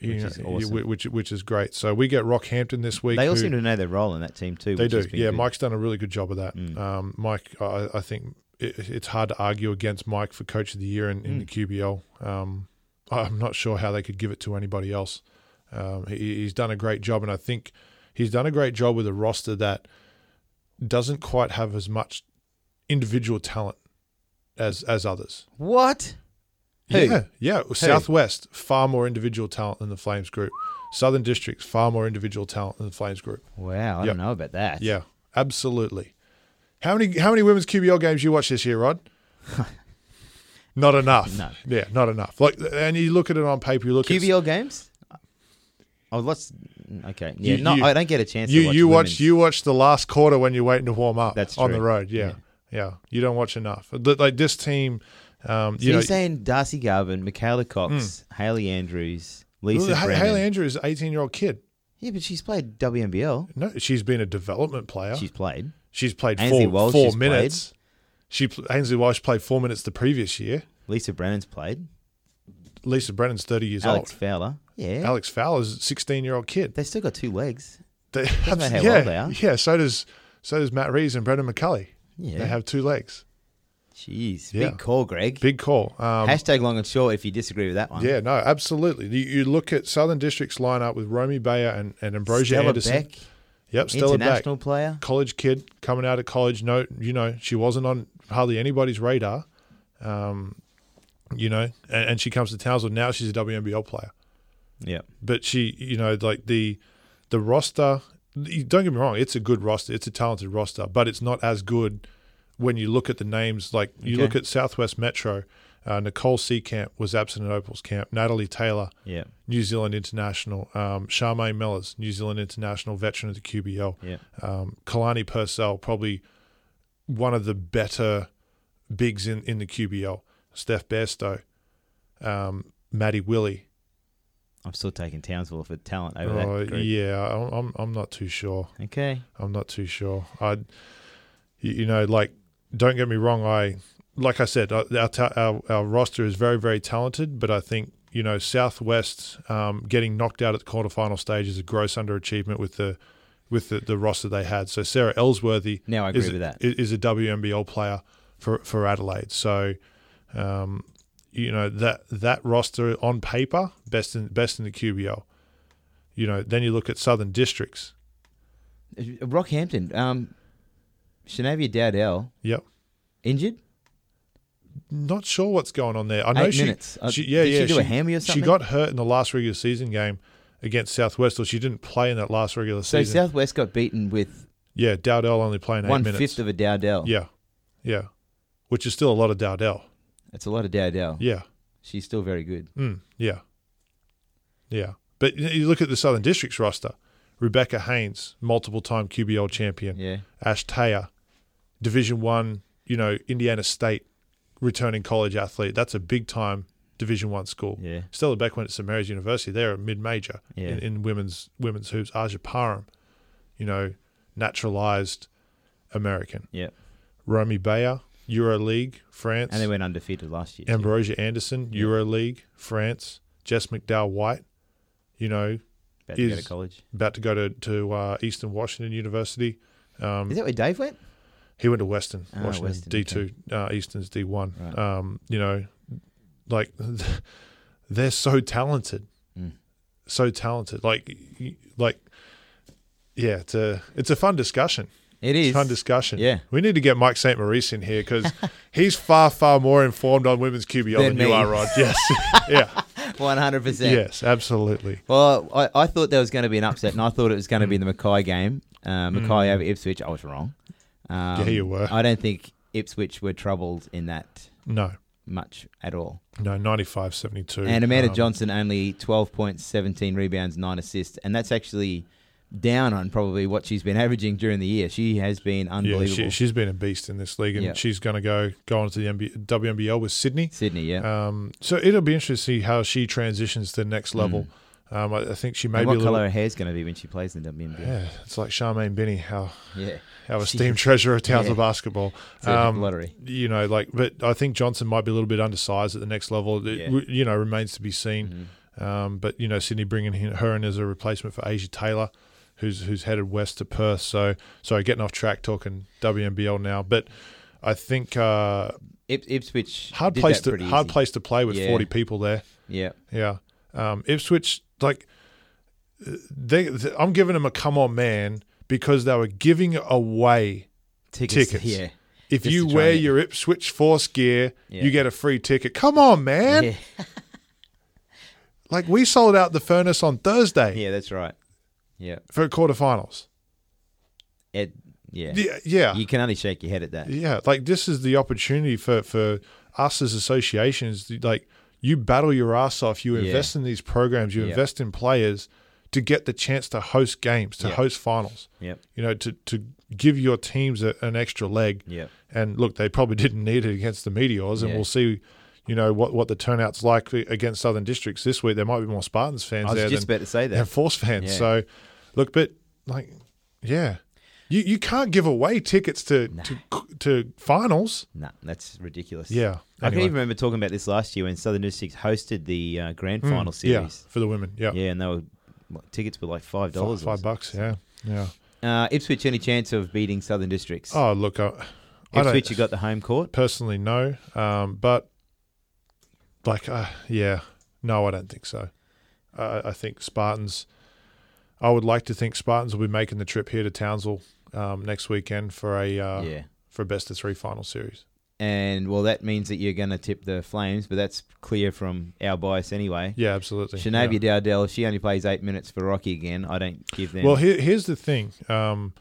you which know, is you- awesome. which, which is great. So we get Rockhampton this week. They all who- seem to know their role in that team too. they which do. has been Yeah, good. Mm. Mike's done a really good job of that. Um, Mike, I, I think it, it's hard to argue against Mike for Coach of the Year in, in Mm. the QBL. Um, I'm not sure how they could give it to anybody else. Um, he, he's done a great job, and I think he's done a great job with a roster that doesn't quite have as much individual talent as as others. What? Who? Yeah, yeah. Southwest far more individual talent than the Flames group. Southern Districts far more individual talent than the Flames group. Wow, I Yep. don't know about that. Yeah, absolutely. How many how many women's QBL games you watch this year, Rod? not enough. No. Yeah, not enough. Like, and you look at it on paper. You look at QBL games? Oh, let's. Okay. Yeah, You- no, you- I don't get a chance you to watch you women's. watch you watch the last quarter when you're waiting to warm up. That's on true. the road. Yeah, yeah. You don't watch enough. But, Like this team. Um, So you you are know, saying Darcy Garvin, Michaela Cox, Haley Andrews, Lisa Ha- Brennan. Haley Andrews is an 18 year old kid. yeah, but she's played WNBL. No, she's been a development player. She's played. She's played Ainsley four, Walsh four has played. minutes. She pl- Ainsley Walsh played four minutes the previous year. Lisa Brennan's played. Lisa Brennan's 30 years Alex old. Fowler. Yeah. Alex Fowler's a 16 year old kid. They still got two legs. They, matter how yeah, old they are. yeah. So does so does Matt Rees and Brendan McCulley. Yeah. They have two legs. Jeez. Yeah. Big call, Greg. Big call. Um, Hashtag long and short if you disagree with that one. yeah, no, absolutely. You, you look at Southern District's lineup with Romy Bayer and, and Ambrosia Stella Anderson. Beck, Yep, Stella Beck, international player. college kid coming out of college. No, you know she wasn't on hardly anybody's radar. Um, you know, and, and she comes to Townsville now. She's a WNBL player. Yeah. but she you know like the the roster you- don't get me wrong it's a good roster it's a talented roster but it's not as good when you look at the names like you Okay. look at southwest metro uh, nicole seacamp was absent at opals camp natalie taylor Yeah. new zealand international um, charmaine mellors new zealand international veteran of the qbl Yeah. um, kalani purcell probably one of the better bigs in, in the qbl steph bairstow um, maddie willie I'm still taking Townsville for talent over Oh, that. Group. yeah, I'm, I'm I'm not too sure. Okay. I'm not too sure. I, you- you know, like don't get me wrong. I like I said, uh, our ta- our, our roster is very very talented, but I think you know Southwest um, getting knocked out at the quarterfinal stage is a gross underachievement with the with the, the roster they had. So Sarah Ellsworthy Now I agree is, with that. is a WNBL player for for Adelaide. So. Um, you know that that roster on paper best in best in the QBL. You know, then you look at Southern Districts. Uh, Rockhampton. Um, Shanavia Dowdell Yep. injured. Not sure what's going on there. I know Eight she, minutes. Uh, she- yeah, did she yeah. do a hammy or something? She got hurt in the last regular season game against Southwest, or she didn't play in that last regular So season. Southwest got beaten with yeah, Dowdell only playing eight one minutes. fifth of a Dowdell. yeah, yeah, which is still a lot of Dowdell. That's a lot of Dowdell. Yeah, She's still very good. mm, yeah, yeah. But you you look at the Southern Districts roster: Rebecca Haynes, multiple-time QBL champion; Yeah. Ash Taylor, Division One, you know, Indiana State, returning college athlete. That's a big-time Division One school. Yeah. Stella Beck went to St Mary's University. They're a mid-major Yeah. in, in women's women's hoops. Aja Parham, you know, naturalized American. Yeah. Romy Bayer, EuroLeague, France. And they went undefeated last year. too. Ambrosia Anderson, EuroLeague, France. Jess McDowell White, you know, About to go to is- college. about to go to to uh, Eastern Washington University. Um, Is that where Dave went? he went to Western Ah, Washington Western, D two, uh, Eastern's D one. Right. Um, you know, like they're so talented, Mm. so talented. Like, y- like, yeah, it's a it's a fun discussion. It It's is. a fun discussion. yeah. we need to get Mike Saint Maurice in here because he's far far more informed on women's QBL than, Than you me. are, Rod. Yes, yeah, 100%. yes, absolutely. Well, I, I thought there was going to be an upset, and I thought it was going to be the Mm. Mackay game. Uh, Mackay over Ipswich. I was wrong. Um, Yeah, you were. I don't think Ipswich were troubled in that No, much at all. no, 95-72. And Amanda Um, Johnson only 12 points, 17 rebounds, 9 assists. And that's actually down on probably what she's been averaging during the year. She has been Yeah, unbelievable. she, she's been a beast in this league, and Yeah. she's going to go go on to the NB WNBL with Sydney. Sydney, yeah. Um, so it'll be interesting to see how she transitions to the next level. Um, I, I think she may Mm. and be a what little. colour her hair's going to be when she plays in the WNBA? Yeah, it's like Charmaine Benny, how Yeah, our She- esteemed treasurer of Towns Yeah. of Basketball. it's a Um, lottery. you know, like, but I think Johnson might be a little bit undersized at the next level. It, Yeah. Mm-hmm. w You know, remains to be seen. Um, but you know, Sydney bringing in, her in as a replacement for Asia Taylor, who's who's headed west to Perth. So, sorry, getting off track talking WNBL now, but. I think uh, Ip- Ipswich hard did place that to pretty hard easy. place to play with Yeah. forty people there. Yeah, Yeah. Um, Ipswich, like, they, th I'm giving them a come on man because they were giving away. tickets. Tickets. Yeah, If Just you to try wear and get- your Ipswich Force gear, Yeah. you get a free ticket. Come on, man. yeah, Like, we sold out the furnace on Thursday yeah. That's right. Yeah, for quarterfinals. it. Yeah. Yeah. Yeah. you can only shake your head at that. yeah. Like, this is the opportunity for, for us as associations. Like, you battle your ass off. You Yeah. invest in these programs. You Yeah. invest in players to get the chance to host games, to Yeah. host finals. Yep, you know, to, to give your teams a, an extra leg. yep. And look, they probably didn't need it against the Meteors, and Yeah. we'll see, you know, what, what the turnout's like against Southern Districts this week. There might be more Spartans fans I was there just than, about to say than that. Force fans. Yeah. So, look, but like, yeah, you you can't give away tickets to to, to finals. Nah, that's ridiculous. Yeah, I can anyway. even remember talking about this last year when Southern Districts hosted the uh, grand Mm, final series. yeah, for the women. Yeah, Yeah, and they were what, tickets were like five five, dollars. five bucks. Yeah, yeah. Uh, Ipswich any chance of beating Southern Districts? Oh, look, I, I don't Ipswich, you got the home court. personally no, um, but like uh, yeah, no, I don't think so. Uh, I think Spartans. I would like to think Spartans will be making the trip here to Townsville um, next weekend for a uh, yeah, for a best of three final series. and well, that means that you're going to tip the Flames, but that's clear from our bias anyway. Yeah, absolutely. Shanabia Yeah. Dowdell, she only plays eight minutes for Rocky again. I don't give them. Well, here, here's the thing. Um,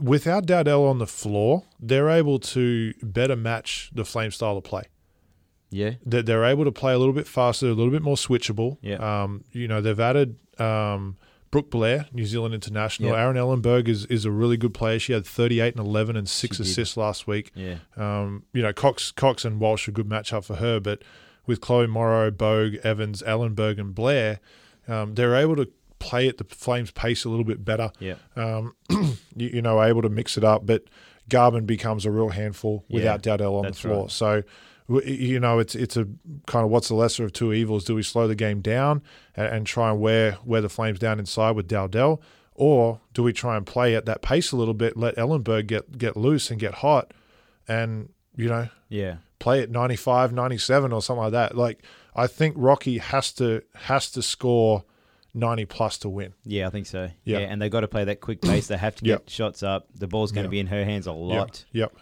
without Dowdell on the floor, they're able to better match the Flame style of play. yeah, that they're able to play a little bit faster, a little bit more switchable. Yeah. Um, you know, they've added um, Brooke Blair, New Zealand international. Yeah. Aaron Ellenberg is, is a really good player. She had 38 and 11 and six She did. assists last week. yeah, Um, you know, Cox Cox and Walsh are a good matchup for her, but with Chloe Morrow, Bogue, Evans, Ellenberg, and Blair, um, they're able to play at the Flames' pace a little bit better yeah. um, you, you know, able to mix it up. But Garvin becomes a real handful Yeah, without Dowdell on the that's floor. right. So, w- you know, it's it's a kind of what's the lesser of two evils? Do we slow the game down and, and try and wear wear the Flames down inside with Dowdell, or do we try and play at that pace a little bit, let Ellenberg get get loose and get hot, and you know, Yeah. play at 95 97 or something like that like i think rocky has to has to score 90 plus to win Yeah, I think so. Yeah. Yeah, and they got to play that quick pace. They have to Yeah. get shots up. The ball's going Yeah. to be in her hands a lot. yep,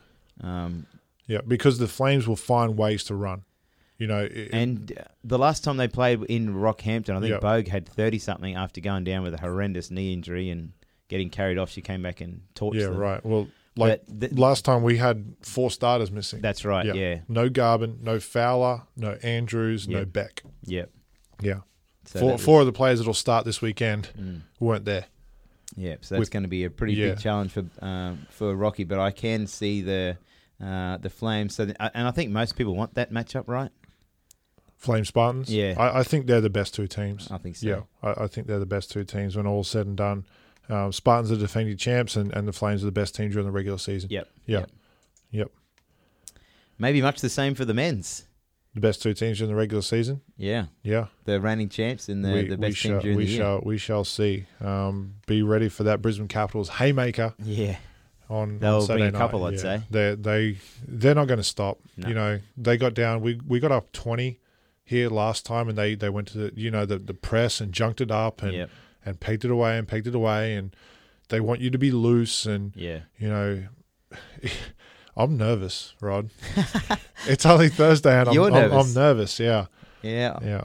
yep. Um, Yeah, because the Flames will find ways to run. You know, it- and uh, the last time they played in Rockhampton, I think Yeah. Bogue had thirty something after going down with a horrendous knee injury and getting carried off. She came back and torched yeah, them. right. Well, like But th- last time we had four starters missing. That's right. Yeah. Yeah. No Garvin, no Fowler, no Andrews, Yeah. no Beck. Yeah. So four, that was- four of the players that'll start this weekend weren't there. Yeah, so that's With- going to be a pretty yeah. big challenge for um, for Rocky, but I can see the uh, the Flames. So, th- and I think most people want that matchup, right? Flame Spartans. Yeah. I, I think they're the best two teams. I think so. Yeah, I, I think they're the best two teams when all's said and done. Um, Spartans are defending champs, and, and the Flames are the best team during the regular season. Yep. Yeah. Yep. Yep. Maybe much the same for the men's. The best two teams during the regular season. Yeah. Yeah. the reigning champs and the, the best team shall, during we the year. shall we shall see. Um, be ready for that Brisbane Capitals haymaker Yeah, on, They'll on be Saturday a couple, night. I'd Yeah. say. they they they're not going to stop. No. You know they got down. We we got up twenty here last time, and they they went to the you know the the press and junked it up and Yep. and pegged it away and pegged it away, and they want you to be loose and yeah. you know. I'm nervous, Rod. it's only Thursday, and I'm, You're I'm- I'm nervous. Oh. nervous. Yeah, Yeah. yeah.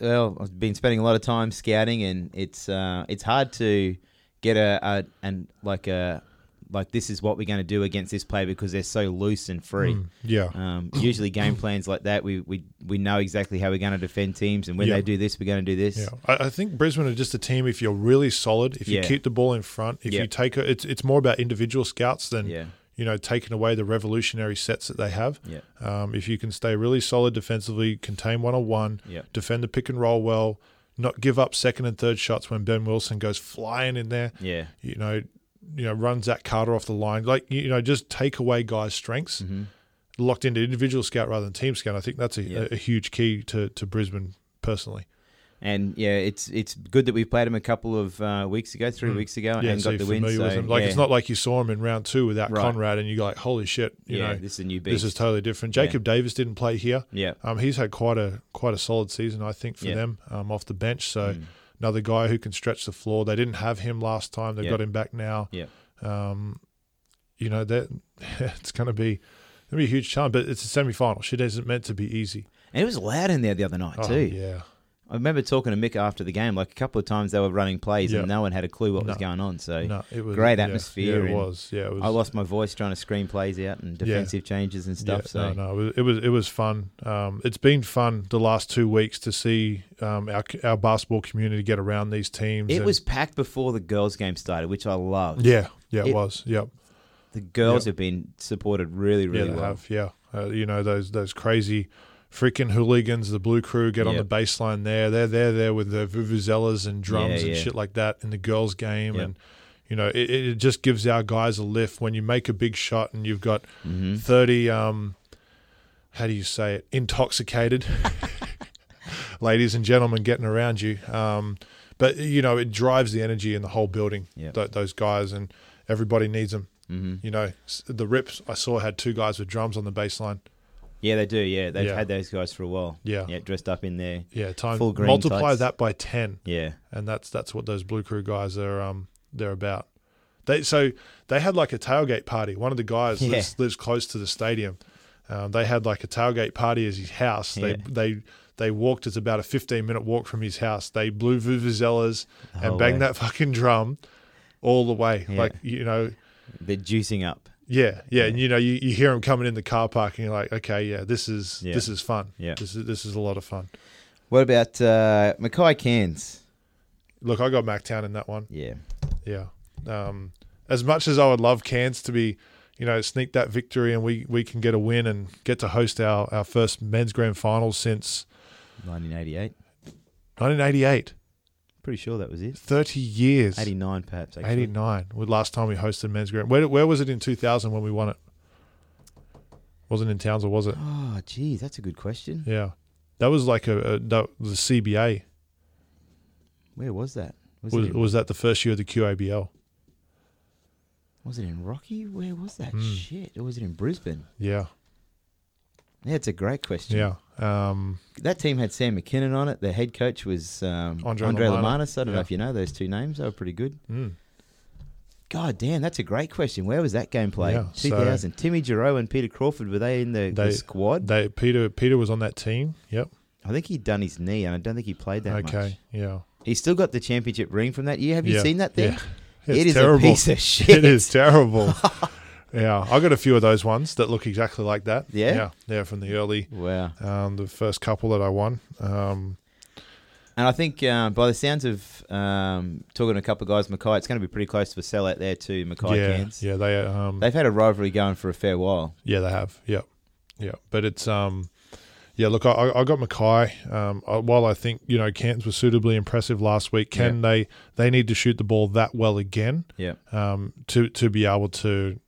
Well, I've been spending a lot of time scouting and it's uh, it's hard to get a, a and like a like this is what we're going to do against this player because they're so loose and free. Mm. Hmm. Yeah. Um, usually game plans like that, we, we we know exactly how we're going to defend teams, and when Yeah. they do this, we're going to do this. Yeah, I, I think Brisbane are just a team. If you're really solid, if you Yeah. keep the ball in front, if Yeah. you take it, it's it's more about individual scouts than Yeah. you know taking away the revolutionary sets that they have. Yeah. Um, if you can stay really solid defensively, contain one on one, Yeah. defend the pick and roll well, not give up second and third shots when Ben Wilson goes flying in there. Yeah. You know, you know, run Zach Carter off the line. Like you know, just take away guys' strengths. Locked into individual scout rather than team scout. I think that's a, Mm-hmm. Yeah. a, a huge key to, to Brisbane personally. And yeah, it's it's good that we played him a couple of uh, weeks ago, three weeks ago, Hmm. yeah, and so got the win. you're familiar So, with him. Like it's yeah. not like you saw him in round two without Right. Conrad, and you're like, holy shit, you yeah, know, this is a new beast. this is totally different. Jacob Davis didn't play here. yeah, Um, he's had quite a quite a solid season, I think, for Yeah. Mm. them um, off the bench. So another guy who can stretch the floor. They didn't have him last time. They've Yeah. got him back now. Yeah. Um, you know that it's going to be. It'll be a huge challenge, but it's a semi-final. Shit isn't meant to be easy. and it was loud in there the other night Oh, too. yeah, I remember talking to Mick after the game. Like a couple of times they were running plays, Yeah. and no one had a clue what was No. going on. So no, it was Great yeah, atmosphere Yeah, it and was. Yeah, it was. I lost my voice trying to scream plays out and defensive changes and stuff. so no, no, it was, it was it was fun. Um, it's been fun the last two weeks to see um, our our basketball community get around these teams. it and- was packed before the girls' game started, which I loved. yeah, yeah, it, it- was, yep, The girls Yeah. have been supported really, yeah, really they well. have, yeah. Uh, you know those those crazy freaking hooligans, the Blue Crew get on Yeah. the baseline there. They're they're there with their vuvuzelas and drums Yeah, and yeah. shit like that in the girls' game Yeah. and. You know, it, it it just gives our guys a lift when you make a big shot and you've got Mhm. thirty. Um, how do you say it? Intoxicated ladies and gentlemen getting around you. Um, but you know, it drives the energy in the whole building. Yeah. Th- those guys and everybody needs them. Mhm. You know, s- the Rips I saw had two guys with drums on the baseline. Yeah, they do. Yeah, they've Yeah. had those guys for a while. Yeah. yeah, dressed up in there. Yeah, time Full green multiply tights. that by ten, Yeah, and that's that's what those Blue Crew guys are um they're about. They so they had like a tailgate party. One of the guys Yeah. lives, lives close to the stadium. Um, they had like a tailgate party as his house. They Yeah. they they walked. It's about a fifteen minute walk from his house. They blew vuvuzelas and whole banged way. that fucking drum all the way. Oh, Yeah. Like you know, they're juicing up. yeah, yeah. And you know, you, you hear them coming in the car park, and you're like, okay, yeah, this is Yeah. this is fun. Yeah. this is this is a lot of fun. What about uh, Mackay Cairns? Look, I got Mactown in that one. Yeah, Yeah. Um, as much as I would love Cairns to be, you know, sneak that victory and we, we can get a win and get to host our, our first men's grand final since 1988. 1988. Pretty sure that was it. 30 years. 89, perhaps. Actually. 89. Well, last time we hosted men's grand. Where, where was it in 2000 when we won it? Wasn't in Townsville, was it? Oh, geez, that's a good question. Yeah. That was like a, a that was the CBA. Where was that? Was, Was, it in, was that the first year of the QABL? was it in Rocky? Where was that Hmm. shit? Or was it in Brisbane? Yeah. Yeah, it's a great question. Yeah. Um, That team had Sam McKinnon on it. The head coach was um, Andre Andre, Lomana. Lamanis. I don't Yeah. know if you know those two names. They were pretty good. mm. God damn, that's a great question. Where was that game played? Yeah, so- 2000. Timmy Giroux and Peter Crawford, were they in the, the They- squad? They Peter Peter was on that team. Yep. I think he'd done his knee, and I don't think he played that okay. much. Yeah. He's still got the championship ring from that year. Have you Yeah, seen that thing? yeah. It is terrible. a piece of shit. It is terrible. yeah, I got a few of those ones that look exactly like that. Yeah? yeah, yeah, from the early, Wow. um, the first couple that I won. Um, And I think uh, by the sounds of um, talking to a couple of guys, Mackay, it's going to be pretty close to a sellout there too, Mackay yeah, Cairns. yeah, they, um, They've had a rivalry going for a fair while. yeah, they have. Yep, yeah, but it's um, yeah. Look, I- I, I got Mackay. Um, I, while I think you know Cairns was suitably impressive last week, can they they need to shoot the ball that well again? Yeah. Um, to to be able to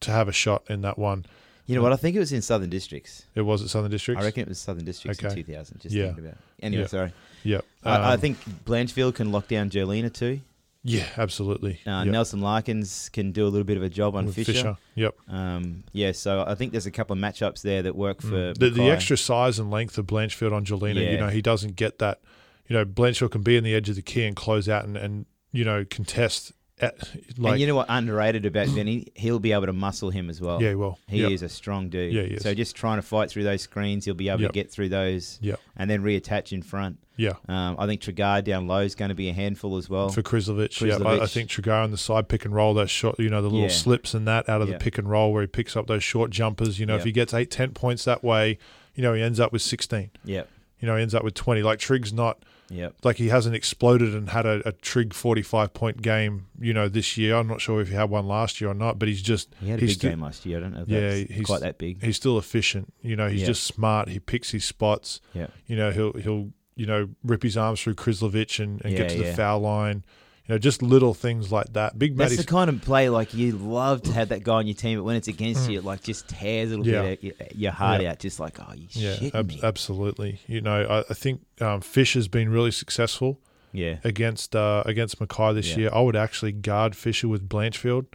to have a shot in that one. You know what? I think it was in Southern Districts. It was at Southern Districts. I reckon it was Southern Districts Okay. in 2000. Just Yeah. thinking about it. Anyway, Yeah. sorry. Yep. I, I Um, think Blanchfield can lock down Jolina too. yeah, absolutely. Uh, Yep. Nelson Larkins can do a little bit of a job on With Fisher. Yep. Um, yeah, so I think there's a couple of matchups there that work for Mm. the, the Mackay. extra size and length of Blanchfield on Jolina, you Yeah. know, he doesn't get that. You know, Blanchfield can be in the edge of the key and close out and, and you know, contest at, like and you know what? Underrated about Vinny, he'll be able to muscle him as well. yeah, well, He yep, is a strong dude. Yeah, he is. So just trying to fight through those screens, he'll be able Yep. to get through those yeah, and then reattach in front. yeah. Um, I think Tregard down low is going to be a handful as well. For Krizlovic, yeah, I, I Krizlovic. think Trigar on the side pick and roll, those short, you know, the little Yeah. slips and that out of Yeah. the pick and roll where he picks up those short jumpers. You know, if Yeah. he gets eight, ten points that way, you know, he ends up with sixteen. Yep. You know, he ends up with twenty. Like Trig's not Yep. like he hasn't exploded and had a, a trig 45 point game you know this year i'm not sure if he had one last year or not but he's just He had a he's, big sti- game last year. I don't know if Yeah, that's he's- quite that big. he's still efficient you know he's Yeah. just smart he picks his spots Yeah. you know he'll he'll you know rip his arms through Krizlovic and, and get Yeah, to the yeah. foul line you know just little things like that big That's Matty the kind of play like you love to have that guy on your team, but when it's against you, it like just tears a little Mm. Yeah. bit out, your- your heart Yeah. out. Just like, oh, you yeah shit ab- me. absolutely you know i, I think um, fish has been really successful yeah. against uh, against Mackay this Yeah. year i would actually guard fisher with blanchfield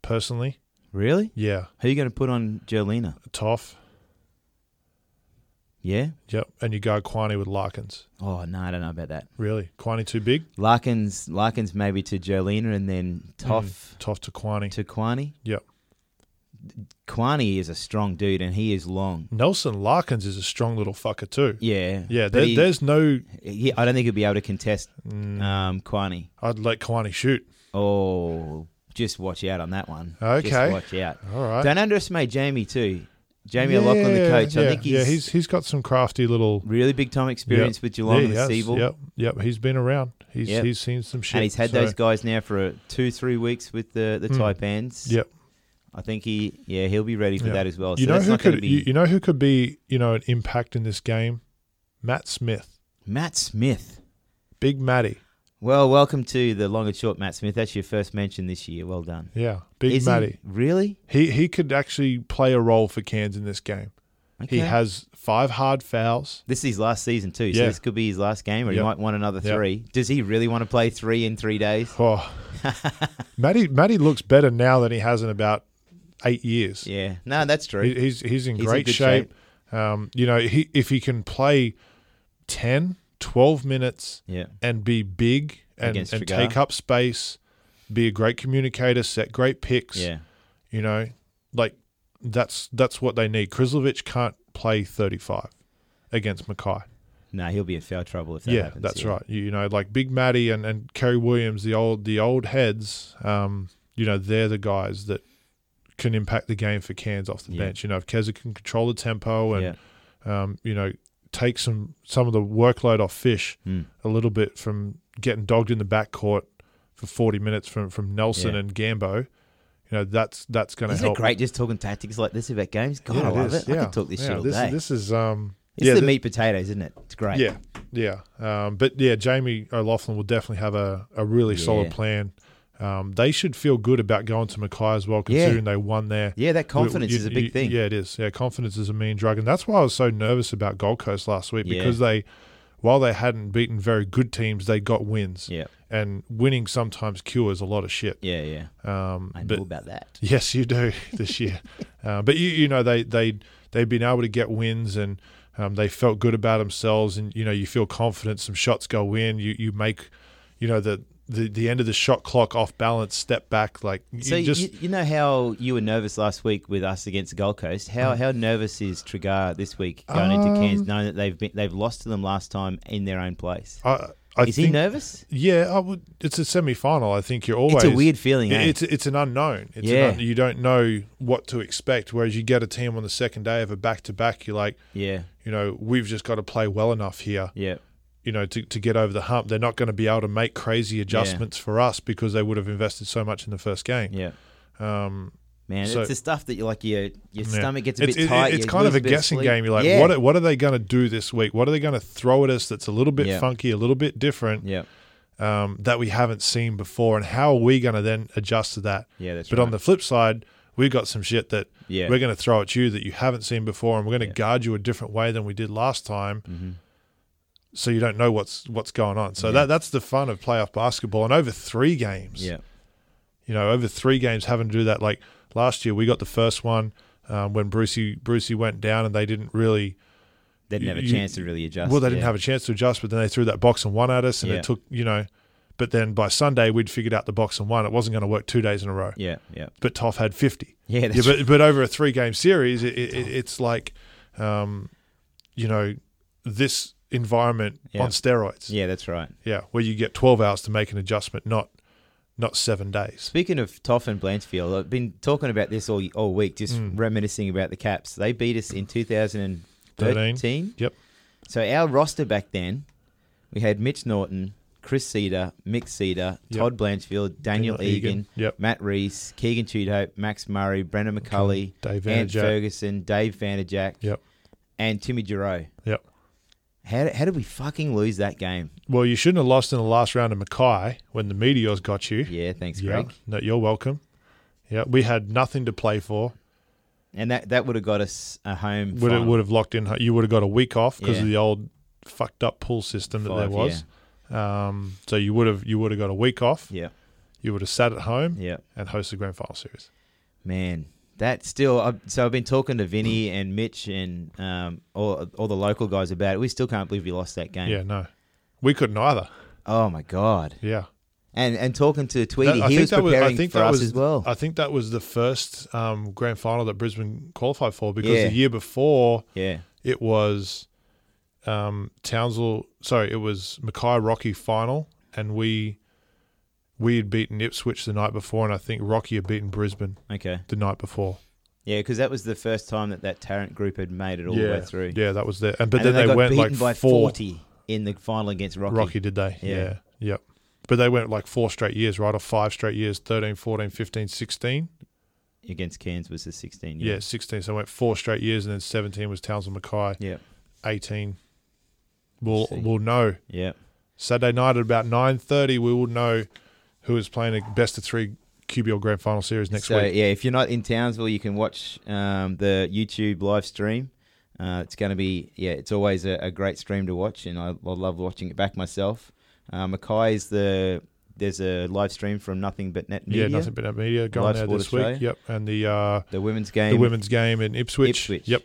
personally Really? yeah Who you going to put on Jolina? tough Yeah. Yep, and you go Kwani with Larkins. Oh no, I don't know about that. Really, Kwani too big, Larkins, Larkins maybe to Jolina, and then Mm. Toff tough to Kwani. to Kwani. Yep, Kwani is a strong dude, and he is long. Nelson Larkins is a strong little fucker too. Yeah. Yeah, but there, he- there's Mm. no. he- I don't think he'll be able to contest um, Kwani. I'd let Kwani shoot. Oh, just watch out on that one. Okay. Just watch out. All right. Don't underestimate Jamie too. Jamie O'Loughlin, the Yeah, coach. I yeah, think he's, yeah, he's he's got some crafty little really big time experience Yep. with Yeah, Geelong he and has. the Seabold. Yep, yep. He's been around. He's Yep. he's seen some shit. And he's had so- those guys now for uh, two, three weeks with the the Mm. Taipans. Yep. I think he, yeah, he'll be ready for Yeah. that as well. So You know that's who not going to could be you, you know who could be you know an impact in this game? Matt Smith, Matt Smith. Big Matty. Well, welcome to the long and short, Matt Smith. That's your first mention this year. Well done. Yeah, Big Is he- Matty. really? He he could actually play a role for Cairns in this game. Okay. He has five hard fouls. This is his last season too, so Yeah. this could be his last game, or he Yep. might want another Yep. three. Does he really want to play three in three days? Oh, Matty Matty looks better now than he has in about eight years. Yeah, no, that's true. He- he's he's in He's in great good shape. Um, you know, he if he can play 10, 12 minutes yeah, and be big and, Against and Fugger. take up space, be a great communicator, set great picks. yeah, You know, like that's that's what they need. Krizlovic can't play thirty five against Mackay. no, he'll be in foul trouble if that yeah, happens. that's yeah. right. You, you know, like Big Matty and and Kerry Williams, the old the old heads. Um, you know, they're the guys that can impact the game for Cairns off the Yeah. bench. You know, if Keza can control the tempo yeah, and um, you know take some some of the workload off Fish Mm. a little bit from getting dogged in the backcourt for forty minutes from from Nelson Yeah. and Gambo. You know, that's that's going to Isn't help. it great just talking tactics like this about games? God, I Yeah, love is. it. I could talk this yeah, shit all this, day. This is um, it's yeah, the thi- meat potatoes, isn't it? It's great. Yeah, yeah. Um, but yeah, Jamie O'Loughlin will definitely have a, a really solid Yeah. plan. Um, they should feel good about going to Mackay as well, Yeah. considering they won there. yeah, that confidence is a big thing. Yeah, it is. Yeah, confidence is a mean drug, and that's why I was so nervous about Gold Coast last week Yeah. because they, while they hadn't beaten very good teams, they got wins, yeah, and winning sometimes cures a lot of shit. yeah, yeah. Um, I know but about that. Yes, you do this year. uh, but you you know they they they've been able to get wins and um, they felt good about themselves and you know you feel confident. Some shots go in. You you make you know the the, the end of the shot clock off balance step back like you So you, just you, know how you were nervous last week with us against the Gold Coast. Hmm. How how nervous is Trigar this week going into Um, Cairns, knowing that they've been, they've lost to them last time in their own place? I, I is think, he nervous? Yeah, I would, it's a semi final. I think you're always It's a weird feeling. It- eh? It's it's an unknown. It's Yeah. an un, you don't know what to expect. Whereas you get a team on the second day of a back to back, you're like, yeah, you know, we've just got to play well enough here yeah, you know, to, to get over the hump. They're not going to be able to make crazy adjustments for us because they would have invested so much in the first game. yeah. Um, Man, So- it's the stuff that you like. Your your yeah. stomach gets a it's, bit it- tight. it's you kind of lose a bit guessing sleep. game. You're like, Yeah. what, are- what are they going to do this week? What are they going to throw at us that's a little bit Yeah. funky, a little bit different Yeah, um, that we haven't seen before? And how are we going to then adjust to that? yeah, that's but right. on the flip side, we've got some shit that yeah, we're going to throw at you that you haven't seen before, and we're going to Yeah. guard you a different way than we did last time. hmm So you don't know what's what's going on. So Yeah. that that's the fun of playoff basketball. And over three games, yeah, you know, over three games having to do that. Like last year, we got the first one um, when Brucey Brucey went down, and they didn't really they didn't have a you- chance to really adjust. well, they didn't yeah. have a chance to adjust, but then they threw that box and one at us, and Yeah. it took you know, But then by Sunday, we'd figured out the box and won. It wasn't going to work two days in a row. Yeah, yeah, But Toff had 50. yeah. Yeah, That's Oh. but, but over a three game series, it, it, it's like, um, you know, this environment Yeah. on steroids. yeah, that's right. Yeah, where you get 12 hours to make an adjustment, not not seven days. Speaking of Toff and Blanchfield, I've been talking about this all all week, just Hmm. reminiscing about the Caps. They beat us in 2013. Yep. So our roster back then, we had Mitch Norton, Chris Cedar, Mick Cedar, Yep. Todd Blanchfield, Daniel Daniel Egan. Egan, Yep. Matt Reese, Keegan Tudhope, Max Murray, Brendan McCulley, Dave Ant Vanderjack. Ferguson, Dave Vanderjack, Yep. and Timmy Giroux. Yep. How, how did we fucking lose that game? Well, you shouldn't have lost in the last round of Mackay when the Meteors got you. Yeah, thanks, Yeah. Greg. No, you're welcome. Yeah, we had nothing to play for. And that, that would have got us a home. Would it final. would have locked in? You would have got a week off because Yeah. of the old fucked up pool system that there Five, was. Um, so you would have you would have got a week off. Yeah, You would have sat at home yeah. and hosted the grand final series. Man, that still. I, so I've been talking to Vinny and Mitch and um, all, all the local guys about it. We still can't believe we lost that game. Yeah, no, we couldn't either. Oh my god. Yeah, And and talking to Tweedy, That- he was preparing for that us was, as well. I think that was the uh, first um, grand final that Brisbane qualified for because Yeah. the year before yeah, it was um, Townsville. Sorry, it was Mackay Rocky final, and we we had beaten Ipswich the night before, and I think Rocky had beaten Brisbane okay, the night before. yeah, because that was the first time that that Tarrant group had made it all the way through. yeah, that was there. And but and then, they, got went beaten like by four forty in the final against Rocky. Rocky, did they? Yeah. yeah, yep. But they went like four straight years, right? Or five straight years 13, 14, 15, 16. against Cairns was the sixteen. Yeah, 16. So I went four straight years, and then 17 was Townsville Mackay. yeah, 18. We'll, See. we'll know. yeah. Saturday night at about 9.30, we will know who is playing a best of three QBL Grand Final Series next so week. yeah, if you're not in Townsville, you can watch um, the YouTube live stream. Uh, it's going to be yeah, it's always a, a great stream to watch, and I, I love watching it back myself. Uh, Mackay is the there's a live stream from Nothing But Net Media. Yeah, nothing but that media going Live there Sport this Australia. week. Yep, and the uh, The women's game. the women's game in Ipswich. Ipswich. Yep,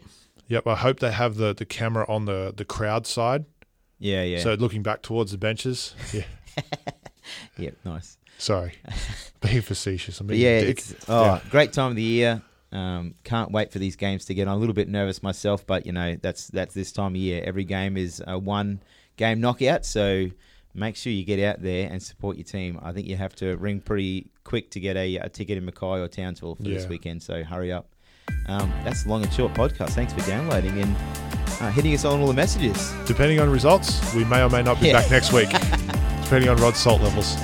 yep. I hope they have the, the camera on the, the crowd side, Yeah, yeah. so looking back towards the benches. yeah, Yeah, nice. sorry, being facetious. I But mean, yeah, dick. it's oh, great time of the year. Um, can't wait for these games to get. on. I'm a little bit nervous myself, but you know that's that's this time of year. Every game is a one game knockout, so make sure you get out there and support your team. I think you have to ring pretty quick to get a, a ticket in Mackay or Townsville for this Yeah. weekend. So hurry up. Um, that's the long and short podcast. Thanks for downloading and uh, hitting us on all the messages. Depending on results, we may or may not be Yeah. back next week, depending on Rod's salt levels.